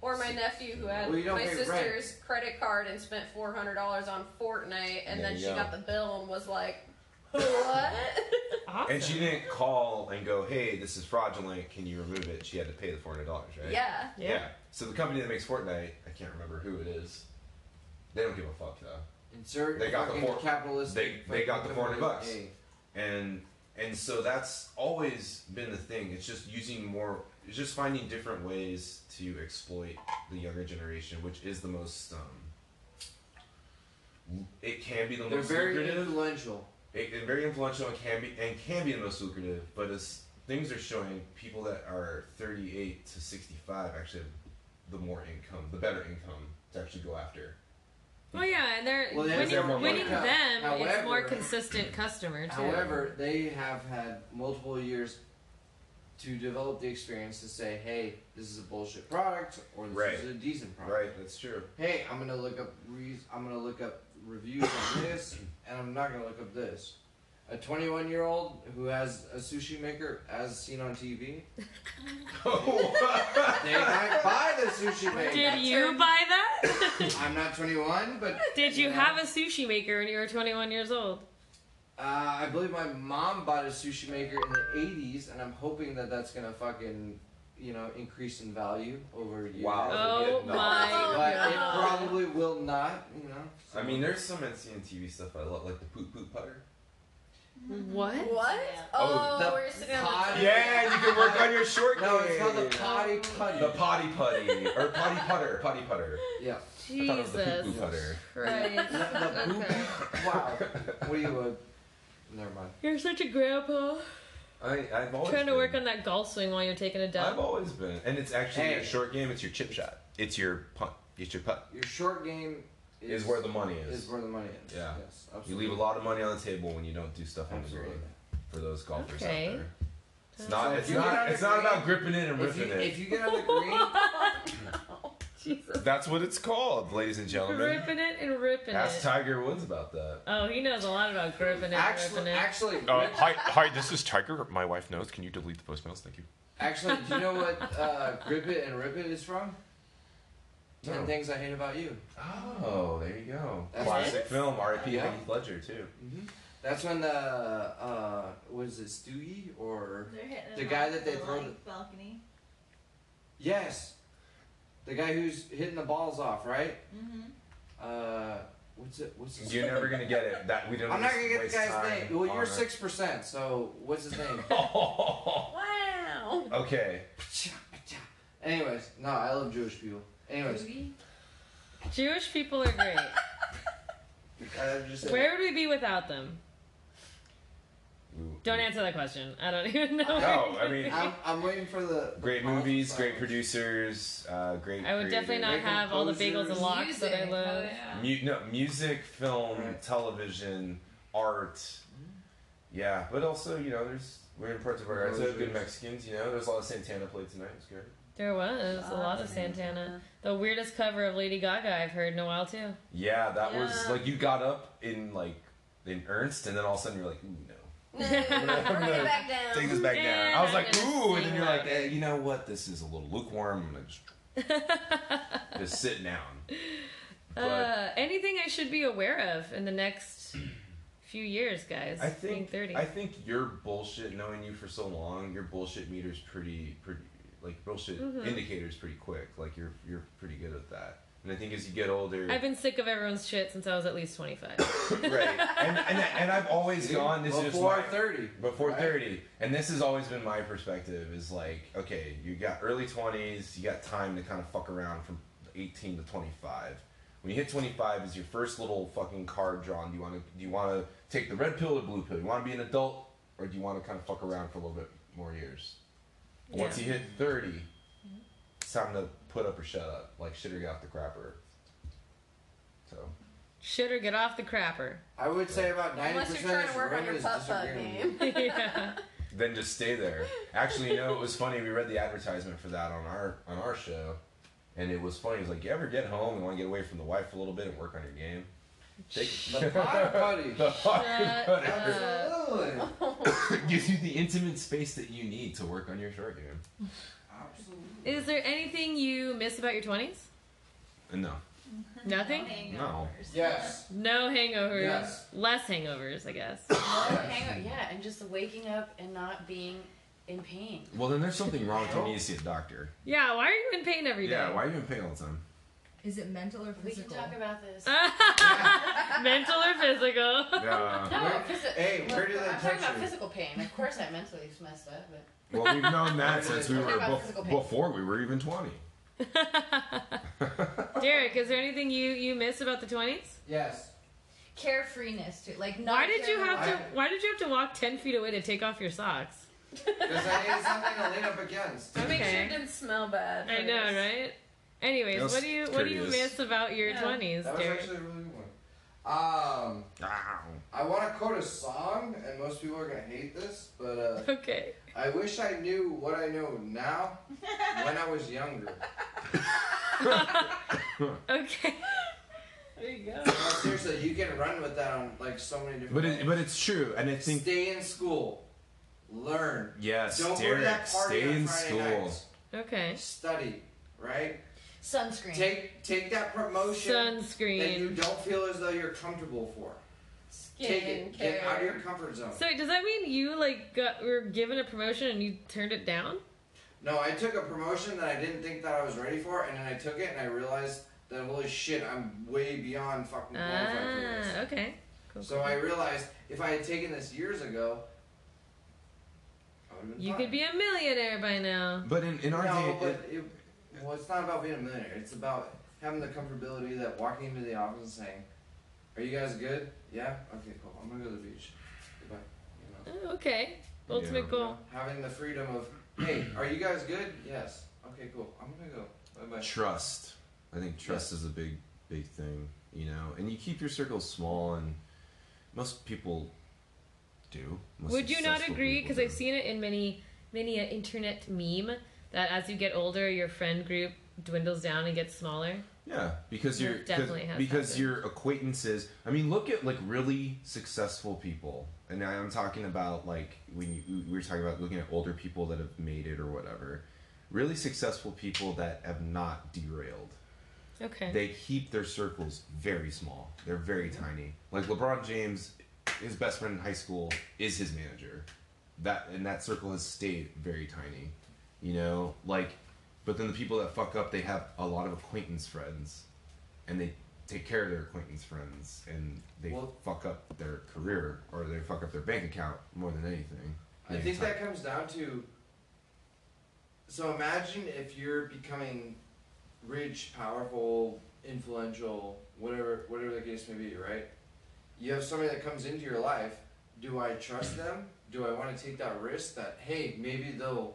Or my nephew who had
Well, you don't
my
pay rent.
sister's credit card and spent four hundred dollars on Fortnite, and
There
then
you
she
go.
got the bill and was like, "What?"
Awesome.
And she didn't call and go, "Hey, this is fraudulent. Can you remove it?" She had to pay the four hundred dollars, right?
yeah.
Yeah. So the company that makes Fortnite, I can't remember who it is. They don't give a fuck though.
Insert
They got the
fucking
four-
capitalist.
they- they got the 400 bucks.
Hey,
And and so that's always been the thing. It's just using more it's just finding different ways to exploit the younger generation, which is the most um it can be the
They're
most
very
lucrative.
influential.
It, it very influential and can be and can be the most lucrative, but as things are showing, people that are thirty eight to sixty five actually have the more income, the better income to actually go after.
Well, yeah, and they're
Well, they have
winning,
their
own
winning
market.
them. it's
However-
more consistent customer too.
However, they have had multiple years to develop the experience to say, hey, this is a bullshit product or this
Right.
is a decent product.
Right, that's true.
Hey, I'm gonna look up re- I'm gonna look up reviews on this and I'm not gonna look up this. a 21 year old who has a sushi maker as seen on TV, they might buy the sushi maker.
Did you buy that?
I'm not 21, but
Did you
Yeah.
have a sushi maker when you were 21 years old?
uh, I believe my mom bought a sushi maker in the 80s, and I'm hoping that that's gonna fucking, you know, increase in value over years.
Wow.
Oh
yeah, no.
my
But it
god.
probably will not, you know.
I mean, there's some NCN TV stuff I love, like the poop poop putter.
What?
What?
Yeah.
Oh,
the
we're sitting on the
pod-
couch.
Yeah, you can work on your short
No, it's called the
game.
potty putty.
The potty putty or potty putter, potty putter.
yeah.
I thought it was the
Jesus
poo poo putter.
Christ.
The, the poop.
Okay.
Wow. What are you? Uh, never mind.
You're such a grandpa.
I, I've always
Trying to
been-
work on that golf swing while you're taking a
I've
dump.
always been, and it's actually
Hey.
your short game. It's your chip shot. It's your punt. It's your putt.
Your short game is,
Is where the money is.
is where the money is.
Yeah.
Yes,
You
absolutely.
leave a lot of money on the table when you don't do stuff on the
Absolutely.
road for those golfers
Okay.
out there. It's
So
not.
if
It's
you get on
not.
the
It's not
green-
about gripping it and
If you,
ripping it.
if you get on the green,
Jesus.
That's what it's called, ladies and gentlemen.
Ripping it and ripping
Ask
it.
Tiger Woods about that.
Oh, he knows a lot about gripping it and
actually,
ripping it.
actually,
Oh,
Uh, hi, hi, this is Tiger. My wife knows. Can you delete the voicemails? Thank you.
actually, do you know what uh, grip it and rip it is from? Ten
No.
things I hate about you.
Oh, there you go.
That's
Classic film, R.I.P.
Yeah.
Heath Ledger too.
Mm-hmm. That's when the uh, was it Stewie or
They're hitting
The
it
guy
off
that they throw
like, balcony.
yes, the guy who's hitting the balls off, right?
Mm-hmm.
Uh, what's it? What's his
You're never gonna get it. That we don't.
I'm not gonna get the
waste
guy's
time
name. Well,
on
you're
it.
six percent, so what's his name?
Wow.
okay.
Anyways, no, I love Jewish people. Anyways,
Jewish people are great.
I just said-
Where would we be without them?
Ooh.
Don't answer that question. I don't even know.
No, I mean,
I'm, I'm waiting for the
great
the
movies,
pause.
great producers, uh, great.
I would definitely not
creators.
have all the bagels and
composers.
locks that I love.
Mu- no, music, film,
Right.
television, art. Yeah, but also you know, there's we're in parts of our so good Mexicans. You know, there's a lot of Santana played tonight. It's good.
There was a lot of Santana. The weirdest cover of Lady Gaga I've heard in a while too.
Yeah, that was
Yeah.
like you got up in like in earnest, and then all of a sudden you're like, ooh no.
Bring it back down.
Take this back
Man,
down. I was
I'm
like,
gonna
ooh,
sing
and then you're
about
like, eh, you know what? This is a little lukewarm. I'm gonna just, just sit down. But
Uh, anything I should be aware of in the next few years, guys?
I think
Being 30.
I think your bullshit, knowing you for so long, your bullshit meter's pretty pretty like bullshit
Mm-hmm.
indicator's pretty quick. Like you're you're pretty good at that. And I think as you get older,
I've been sick of everyone's shit since I was at least 25.
right? And and, and I've always gone. This is just
before
my-
thirty.
before
Right.
30 and this has always been my perspective is like okay you got early 20s you got time to kind of fuck around from 18 to 25 when you hit 25 is your first little fucking card drawn do you want to do you want to take the red pill or blue pill you want to be an adult or do you want to kind of fuck around for a little bit more years once
Yeah.
you hit 30 it's time to put up or shut up like shit or get off the crapper so
Shit or get off the crapper.
I would say about ninety
Unless
percent
you're trying to
of this
work on
room
your
is
putt putt
disagreeing. with me.
game.
yeah.
then just stay there. Actually, you know, it was funny. We read the advertisement for that on our on our show, and it was funny. It was like, you ever get home and want to get away from the wife a little bit and work on your game? Take
The pot putty.
the fuck,
Shut
whatever.
up.
Absolutely.
It gives you the intimate space that you need to work on your short game.
Absolutely.
Is there anything you miss about your 20s?
And no,
Nothing?
No.
Yes.
No hangovers.
Yes.
Less hangovers, I guess.
Hang on, yeah, and just waking up and not being in pain.
well then there's something wrong. with You need to see a doctor.
yeah, why are you in pain every day?
Yeah, why are you in pain all the time?
Is it mental or
We can
physical?
talk about this.
Mental or physical?
Yeah.
no,
Where-
physi-
hey,
look,
where did that
I'm talking
touch
about
you?
physical pain. Of course, I mentally messed up, but
Well, we've known that since we were
Talking about
bef-
physical pain.
before we were even twenty.
Derek, is there anything you you miss about the 20s?
Yes.
Carefreeness too. Like not
Why did you
caring
have to
I-
why did you have to walk 10 feet away to take off your socks?
Because I need something to lean up against.
I make sure
Okay.
it didn't smell bad.
I know,
first.
right? Anyways,
That's
what do you what do you miss
curious.
about your
Yeah.
20s,
That was
Derek?
actually a really good one. Um, I want to quote a song, and most people are gonna hate this, but uh,
Okay.
I wish I knew what I know now when I was younger.
Okay.
There you go.
No, seriously, you can run with that on like so many different.
But it,
levels.
but it's true, and I think
stay in school, learn.
yes,
Don't go to
Derek,
that party
stay
on
in
Friday
school.
nights.
Okay.
Study, right?
Sunscreen.
Take take that promotion that you
Sunscreen.
don't feel as though you're comfortable for. Take
Skin
it. Get out of your
care.
comfort zone.
So does that mean you like got, were given a promotion and you turned it down?
No, I took a promotion that I didn't think that I was ready for, and then I took it and I realized that holy shit, I'm way beyond fucking qualified for this.
Ah, okay. Cool,
So
cool.
I realized if I had taken this years ago, I would have been
you
fine.
could be a millionaire by now.
But in, in our
no,
day,
but
it-
it, well, it's not about being a millionaire. It's about having the comfortability that walking into the office and saying, "Are you guys good? Yeah. Okay, cool. I'm gonna go to the beach. Goodbye." You know,
Oh, okay. Ultimate
Yeah.
goal.
having the freedom of, "Hey, are you guys good? Yes. Okay, cool. I'm gonna go. Bye bye."
trust. I think trust is a big, big thing, you know. And you keep your circle small, and most people do. Most
Would you not
successful
agree?
people
Because I've
do.
seen it in many, many an internet meme that as you get older, your friend group dwindles down and gets smaller.
Yeah, because
That
you're 'cause-
definitely has
because
happened.
your acquaintances. I mean, look at like really successful people, and I- I'm talking about like when you, we were talking about looking at older people that have made it or whatever. Really successful people that have not derailed.
Okay.
They keep their circles very small. They're very tiny. Like LeBron James, his best friend in high school is his manager. That and that circle has stayed very tiny. You know, like but then the people that fuck up, they have a lot of acquaintance friends and they take care of their acquaintance friends and they
Well-
fuck up their career or they fuck up their bank account more than anything.
I
Yeah,
think
it's not-
that comes down to. So imagine if you're becoming rich, powerful, influential, whatever, whatever the case may be, right? You have somebody that comes into your life. Do I trust them? Do I want to take that risk that hey, maybe they'll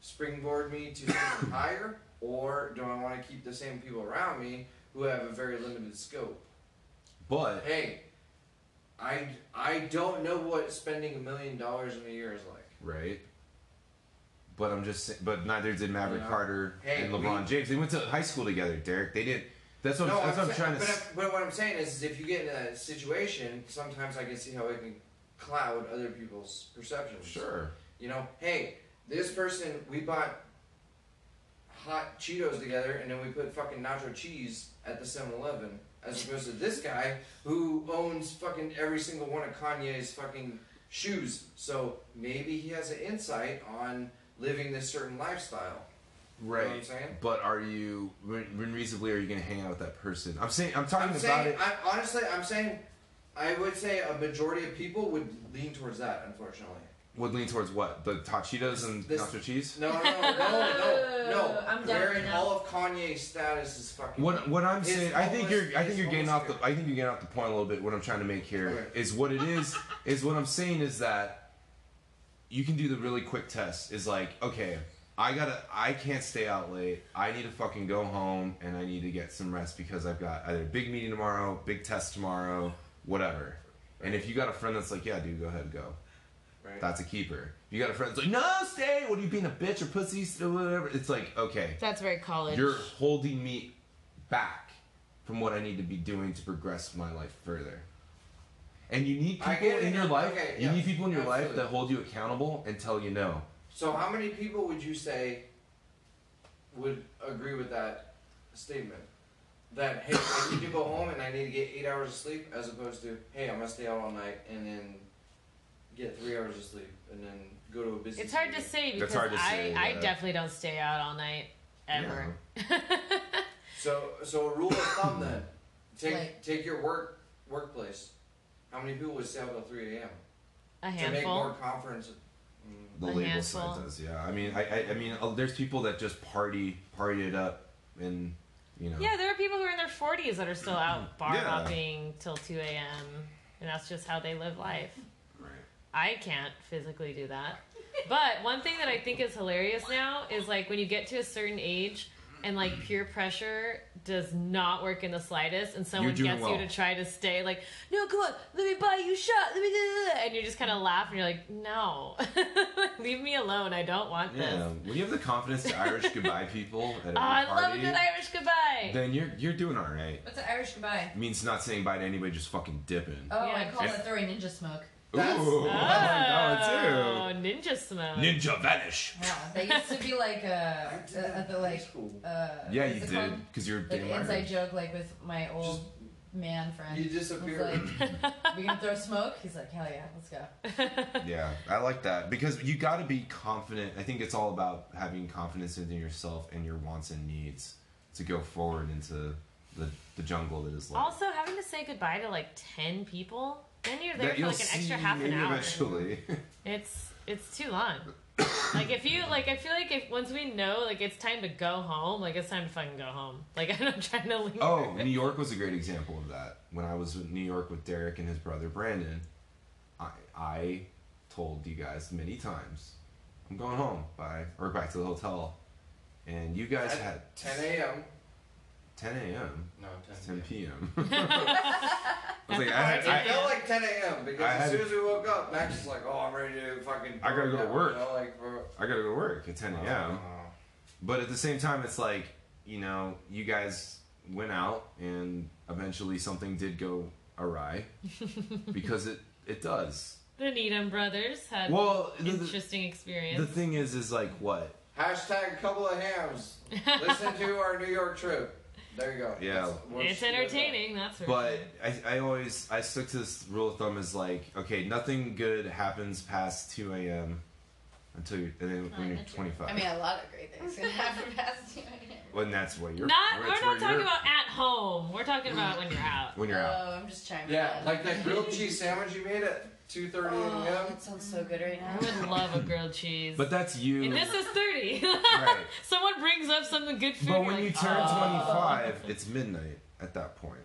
springboard me to something higher, or do I want to keep the same people around me who have a very limited scope?
But
Hey, I I don't know what spending a million dollars in a year is like.
right? But I'm just, sa- but neither did Maverick
Yeah.
Carter
Hey,
and
we-
LeBron James. They went to high school together, Derek. They didn't. That's what,
No,
that's
I'm
what I'm
sa-
trying to.
But,
s-
I- but what I'm saying is, is if you get in a situation, sometimes I can see how it can cloud other people's perceptions.
Sure.
You know, hey, this person, we bought hot Cheetos together, and then we put fucking nacho cheese at the 7-Eleven, as opposed to this guy who owns fucking every single one of Kanye's fucking shoes. So maybe he has an insight on living this certain lifestyle.
Right.
You know what I'm saying?
But are you, when, when reasonably are you going to hang out with that person? I'm saying, I'm talking
I'm
about
saying,
it.
I, honestly, I'm saying, I would say a majority of people would lean towards that, unfortunately.
would lean towards what? The tachitas and
This-
nacho cheese?
No, no, no, no, no.
Oh, I'm down
Wearing
right now.
all of Kanye's status is fucking.
What what I'm
His
saying, I think
homeless-
you're I think
his
you're getting off
homeless
the I think you're getting off the point a little bit. What I'm trying to make here is
Okay.
what it is is what I'm saying is that you can do the really quick test. Is like okay, I gotta I can't stay out late. I need to fucking go home and I need to get some rest because I've got either a big meeting tomorrow, big test tomorrow, whatever. And if you got a friend that's like, yeah, dude, go ahead, go.
Right.
That's a keeper. If you got a friend that's like, no, stay. What are you being a bitch or pussy or whatever? It's like okay,
That's very college.
you're holding me back from what I need to be doing to progress my life further. And you need
I
people
get it.
in your life.
Okay,
you
yeah,
need people in your life
absolutely.
that hold you accountable and tell you no.
So, how many people would you say would agree with that statement? That hey, I need to go home and I need to get eight hours of sleep, as opposed to hey, I'm gonna stay out all night and then get three hours of sleep and then go to a business.
It's hard to
meeting.
say because
That's hard to
I,
say, uh,
I
yeah.
definitely don't stay out all night ever.
So, so a rule of thumb then, take
Like-
take your work workplace. How many people would stay out till three a.m.
a
to make
handful.
more conference? Mm.
The
A
label
handful.
side does, yeah. I mean, I, I, I mean, uh, there's people that just party, party it up, and you know.
Yeah, there are people who are in their 40s that are still out bar
Yeah.
hopping till 2 a.m. and that's just how they live life.
Right.
I can't physically do that. But one thing that I think is hilarious now is like when you get to a certain age, and like peer pressure does not work in the slightest and someone
doing
gets
well.
you to try to stay like no come on let me buy you a shot let me do that," and you just kind of laugh and you're like no leave me alone i don't want this
Yeah, when you have the confidence to Irish goodbye people at every
oh i love a
party,
good irish goodbye
then you're you're doing all right.
What's an Irish goodbye?
It means not saying bye to anybody, just fucking dipping.
Oh, I
Yeah.
call that throwing ninja smoke.
That's-
Ooh,
oh
I
ninja smoke
like that one too. Ninja vanish.
Wow, that used to be like a, a, a the like
school.
uh.
Yeah,
what's
you
it
did
called?
because you're
Like
damn
an inside
Irish.
joke, like with my old man friend.
You
It was
disappear.
Like, we gonna throw smoke? He's like, hell yeah, let's go.
Yeah, I like that because you got to be confident. I think it's all about having confidence within yourself and your wants and needs to go forward into the, the jungle that is life.
also having to say goodbye to like 10 people then you're there
that
for
you'll
like an
see
extra half an
maybe
hour
eventually.
It's it's too long. like if you like, I feel like if once we know, like it's time to go home. Like it's time to fucking go home. Like I'm not trying to leave.
oh, New York was a great example of that. When I was in New York with Derek and his brother Brandon, I I told you guys many times, I'm going home, bye, or back to the hotel, and you guys
At
had
10 a.m.
10 a.m.
No, 10
10
p.m.
p.m. I was like, I, had,
I
I,
Oh, felt like 10 a.m. because
I
as
had-
soon as we woke up, Max was like, "Oh, I'm ready to fucking."
I gotta go to
now,"
work.
You know, like, bro.
I gotta go to work at 10 a.m. But at the same time, it's like, you know, you guys went out and eventually something did go awry because it, it does.
The Needham brothers had
Well, the, the,
interesting
the
experience.
thing is, is like what?
Hashtag couple of hams. Listen to our New York trip. There you go.
Yeah.
That's- we'll
it's
see you guys out.
entertaining, that's for
But
sure.
I, I always, I stick to this rule of thumb is like, okay, nothing good happens past 2 a.m. until you're, and then when you're 25.
I mean, a lot of great things can happen past you.
when that's what you're
Not
that's
we're not
where
talking
you're-
about at home. We're talking about when you're out.
when you're out.
Oh, I'm just trying.
Yeah,
to
like that grilled cheese sandwich you made at 2:30
Oh,
a.m.
that sounds so good right
I
now.
would love a grilled cheese.
But that's you.
and this is thirty.
Right.
Someone brings up something good food.
But
you're
when
like,
you turn
"Oh."
25, it's midnight at that point.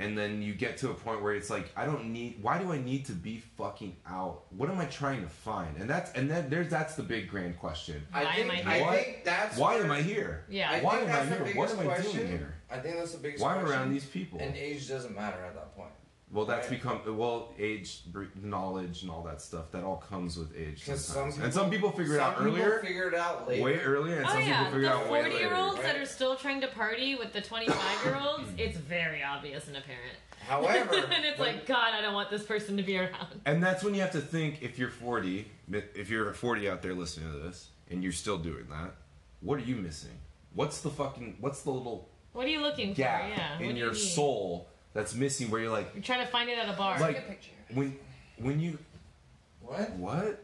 And then you get to a point where it's like, I don't need. Why do I need to be fucking out? What am I trying to find? And that's and then there's that's the big grand question.
Why
I think,
am I
here?
I think that's
Why
where-
am I here?
yeah.
I
Why
think
am I
that's the
here? What am
biggest
I doing
question.
here?
I think that's the biggest.
Why am I
question.
around these people?
And age doesn't matter at that point.
Well, that's
Right.
become well age, br- knowledge, and all that stuff. That all comes with age.
Because
Sometimes.
some
and some
people-
people figure it out
Some people
earlier,
Figure it out later.
way earlier, and
Oh
some
yeah,
people figure it out
the
way later.
forty-year-olds that
right?
are still trying to party with the twenty-five-year-olds,
Mm.
it's very obvious and apparent.
However,
and it's
when-
like, God, I don't want this person to be around.
And that's when you have to think if you're 40, if you're 40 out there listening to this and you're still doing that, what are you missing? What's the fucking what's the little
What are you looking for?
gap
Yeah, what
in
do
your
you need?
soul that's missing where you're like
You're trying to find it at a bar.
like when when you
what?
what?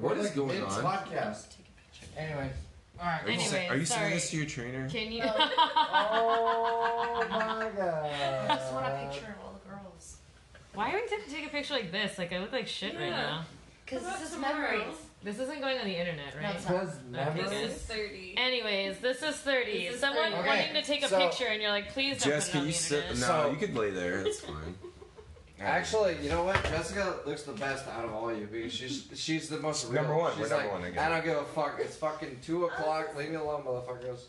We're
is
like
going
mid-
on?
Podcast. Anyway.
All right.
Are you, say-
Anyway,
are you
sorry.
saying this to your trainer?
Can you?
Oh my god.
I just want a picture of all the girls.
Why are we tempted to take a picture like this? Like I look like shit right
Yeah.
now.
Because
What
this is
about tomorrow?
memories.
This isn't going on the internet, right?
it's
Because
Okay,
never-
good.
This is 30.
Anyways, this is thirty.
This is
Someone
30.
wanting to take a
So-
picture, and you're like, please don't
Jess,
put it on
can you
the
sit? No,
internet.
So-
you could lay there. That's fine.
Actually, you know what? Jessica looks the best out of all of you because she's she's the most real.
Number one,
She's
we're number
like,
one again.
I don't give a fuck. It's fucking two o'clock. Leave me alone, motherfuckers.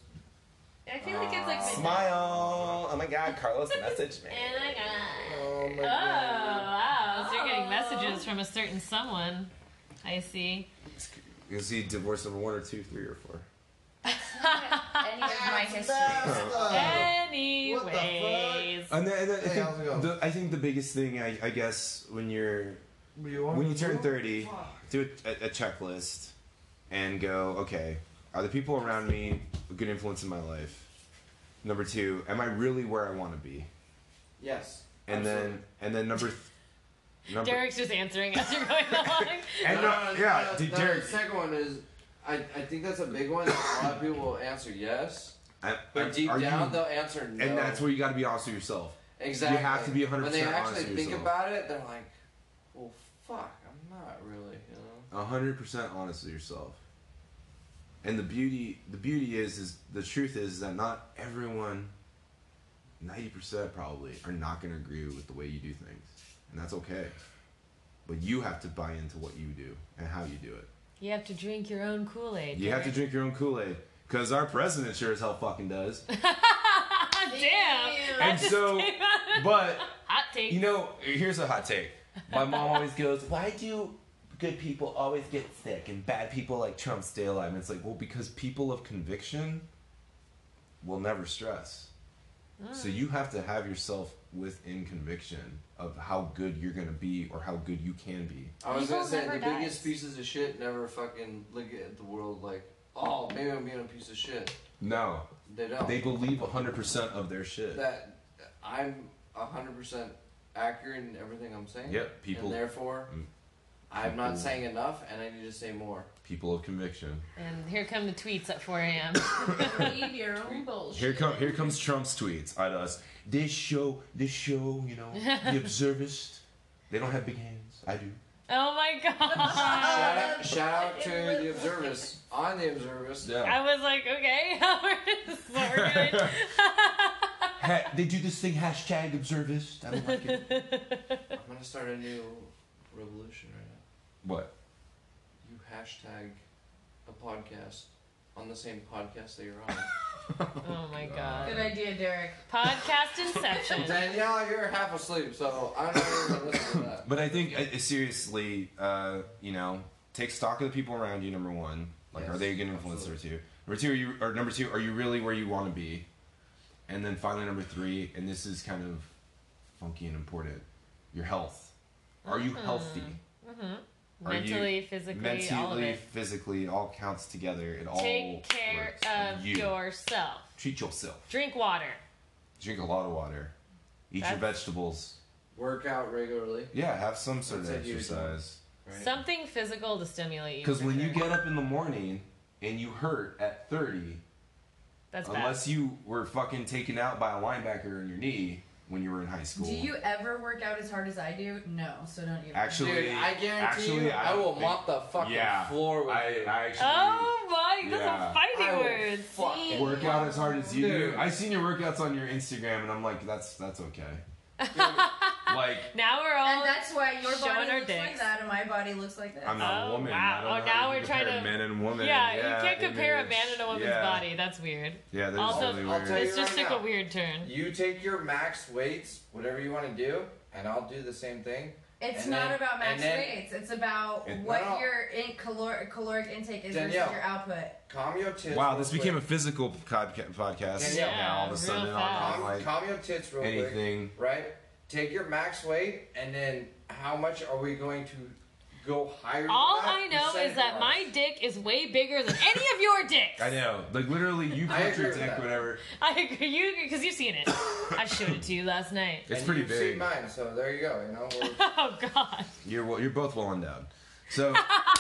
I feel like it's like midnight.
smile. Oh my God, Carlos messaged me.
And I got.
Oh my
Oh
god.
wow! So you're getting
Oh.
messages from a certain someone. I see.
Is he divorce number one or two, three or four?
Any of my history.
Uh,
Anyways,
And then, and then I
Hey,
think
how's it going?
the, I think the biggest thing I, I guess when you're when you turn thirty, do a, a checklist and go, okay, are the people around me a good influence in my life? Number two, am I really where I want to be?
Yes.
And
Absolutely.
then and then number th- number
Derek's just answering as you're going along.
and
No,
no-
no, no,
yeah,
no,
dude,
no,
Derek,
The second one is, I, I think that's a big one. that A lot of people will answer yes,
I-
but
I-
deep
are you-
down they'll answer no.
and that's where you got to be honest with yourself.
exactly
you have to be 100%
When they
honest
actually
with
think
yourself.
about it, they're like, "Well, fuck, I'm not really." You know.
hundred percent honest with yourself. And the beauty, the beauty is, is the truth is that not everyone, ninety percent probably, are not going to agree with the way you do things, and that's okay. But you have to buy into what you do and how you do it.
You have to drink your own Kool Aid.
You have to drink your own Kool Aid Because our president sure as hell fucking does.
Damn.
and so, but
Hot take.
you know, here's a hot take. My mom always goes, "Why do good people always get sick and bad people like Trump stay alive?" And it's like, well, because people of conviction will never stress. So you have to have yourself within conviction of how good you're gonna be or how good you can be.
I was gonna
Evil
say
never
the
dies.
biggest pieces of shit never fucking look at the world like, oh, maybe I'm being a piece of shit.
No,
They don't.
they believe 100% of their shit.
that I'm hundred percent accurate in everything I'm saying.
Yep, people-
And therefore,
Mm.
I'm not
People-
saying enough, and I need to say more.
People of conviction.
And here come the tweets at 4 a.m.
Leave your own bullshit.
Here come here comes Trump's tweets at us. This show, this show, you know, the observist. They don't have big hands. I do.
Oh my god.
shout out, shout out to the observers on the observers.
I was like, okay, this is
Oh,
what we're doing.
Ha- they do this thing hashtag observist. I don't like it.
I'm gonna start a new revolution right now.
What?
You hashtag a podcast on the same podcast that you're on.
Oh my god.
Good idea, Derek.
Podcast inception.
Danielle, you're half asleep, so I'm not even gonna listen to that.
But I think uh, seriously, uh, you know, take stock of the people around you. Number one, like,
Yes,
are they a good influencer?
absolutely.
Two. Number two, are you or number two, are you really where you want to be? And then finally, number three, and this is kind of funky and important, your health. Are you healthy? Are you
Mentally, physically, all of
Mentally,
it.
physically, it all counts together. It all
Take care
works.
of
you.
yourself.
Treat yourself.
Drink water.
Drink a lot of water. Eat your
That's-
vegetables.
Work out regularly.
Yeah, have some sort of
That's a huge one.
exercise.
Right?
Something physical to stimulate you.
Because
for
when you
sure.
get up in the morning and you hurt at 30,
That's
unless you were fucking taken out by a linebacker on your knee when you were in high school.
Do you ever work out as hard as I do? No, so don't you.
actually?
Dude, I guarantee
actually,
you,
I
I,
don't
will
think-
mop the fucking
yeah,
floor with
I,
you.
I
bad.
actually
Oh my, those
Yeah.
are fighting
I will
words.
fucking
Oh,
work out as hard as you
Dude.
do. I seen your workouts on your Instagram, and I'm like, that's that's okay. like.
Now we're
And
all.
that's why your
Showing
body
our
looks like
dicks.
that, and my body looks like that.
I'm not a
Oh,
woman.
wow.
I don't
Oh,
know
now
how you
we're
can
trying
compare
to-
men and women.
yeah, you can't
it
compare a
is.
man and a woman's
Yeah.
body. That's weird.
Yeah, that is
Also-
really
I'll
weird.
tell you
This just
right
took
now.
a weird turn.
You take your max weights, whatever you want to do, and I'll do the same thing.
It's
And
not
then-
about max
and then-
weights. It's about
It-
what
No.
your in- calor- caloric intake is
Danielle.
versus your output.
Calm your tits.
Wow,
real
this became a
quick.
physical podca- podcast.
Yeah,
now all of a
real
sudden, I'm
fast.
not
calm,
like
calm your tits real quick.
anything.
Right? Take your max weight, and then how much are we going to go higher? than
All
that?
I know is that my
Percentage-wise.
dick is way bigger than any of your dicks.
I know, like literally, you
I
put
agree
your
with
dick
that.
whatever.
I agree, you because you've seen it. I showed it to you last night.
It's
And
pretty
you've Seen
big.
mine, so there you go. You know, we're-
Oh God!
You're well, you're both well endowed. So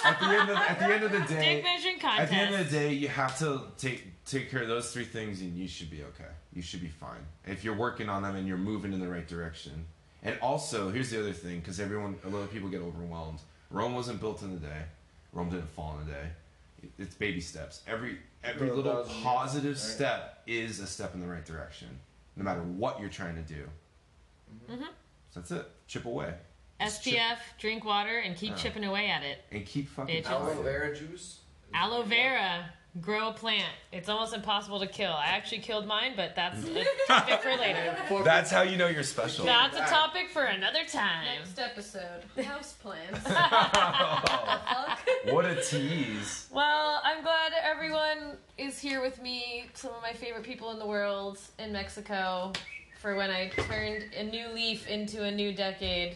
at the end of at the end of the
Dick
day,
measuring
at
contest.
the end of the day, you have to take take care of those three things, and you should be okay. You should be fine if you're working on them and you're moving in the right direction. And also, here's the other thing, because everyone, a lot of people get overwhelmed. Rome wasn't built in a day. Rome didn't fall in a day. It- It's baby steps. Every every
Little
little
thousand years,
positive
right?
step is a step in the right direction, no matter what you're trying to do. So that's it. Chip away
SPF, drink water, and keep
Oh.
chipping away at it.
and keep fucking.
Bitches.
aloe
trying.
vera juice.
Aloe vera, grow a plant. It's almost impossible to kill. I actually killed mine, but that's a topic for later.
That's how you know you're special.
That's a topic for another time.
Next episode, house plants.
what a tease.
Well, I'm glad everyone is here with me, some of my favorite people in the world in Mexico, for when I turned a new leaf into a new decade.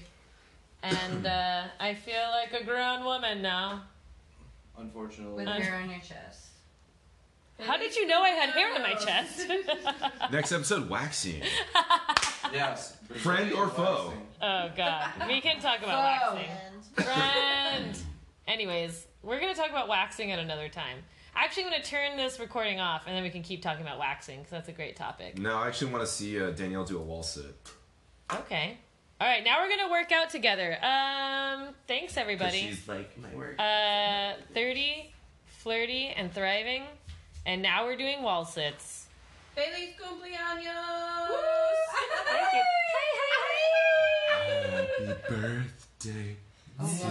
And uh, I feel like a grown woman now.
Unfortunately,
With
Uh,
hair on your chest.
How did you know I had hair on my chest?
Next episode, waxing.
yes.
Friend or foe?
oh, God. We can talk about
Whoa.
waxing. Friend! Anyways, we're going to talk about waxing at another time. Actually, I'm going to turn this recording off and then we can keep talking about waxing because that's a great topic.
No, I actually want to see uh, Danielle do a wall sit.
Okay. All right, now we're gonna work out together. Um, thanks
'Cause
everybody.
She's like, my work.
Uh, thirty, flirty, and thriving, and now we're doing wall sits.
Bailey's cumpleaños.
Thank you.
Happy birthday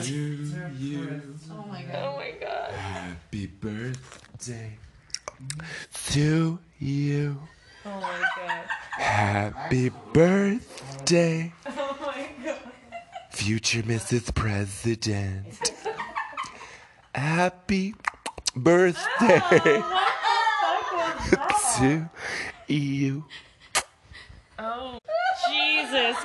to you.
Oh my god.
Oh my god.
Happy birthday to you.
Oh my god.
Happy birthday,
Oh my god.
future Mrs. President. Happy
Oh,
birthday
what the fuck was that?
to you.
Oh, Jesus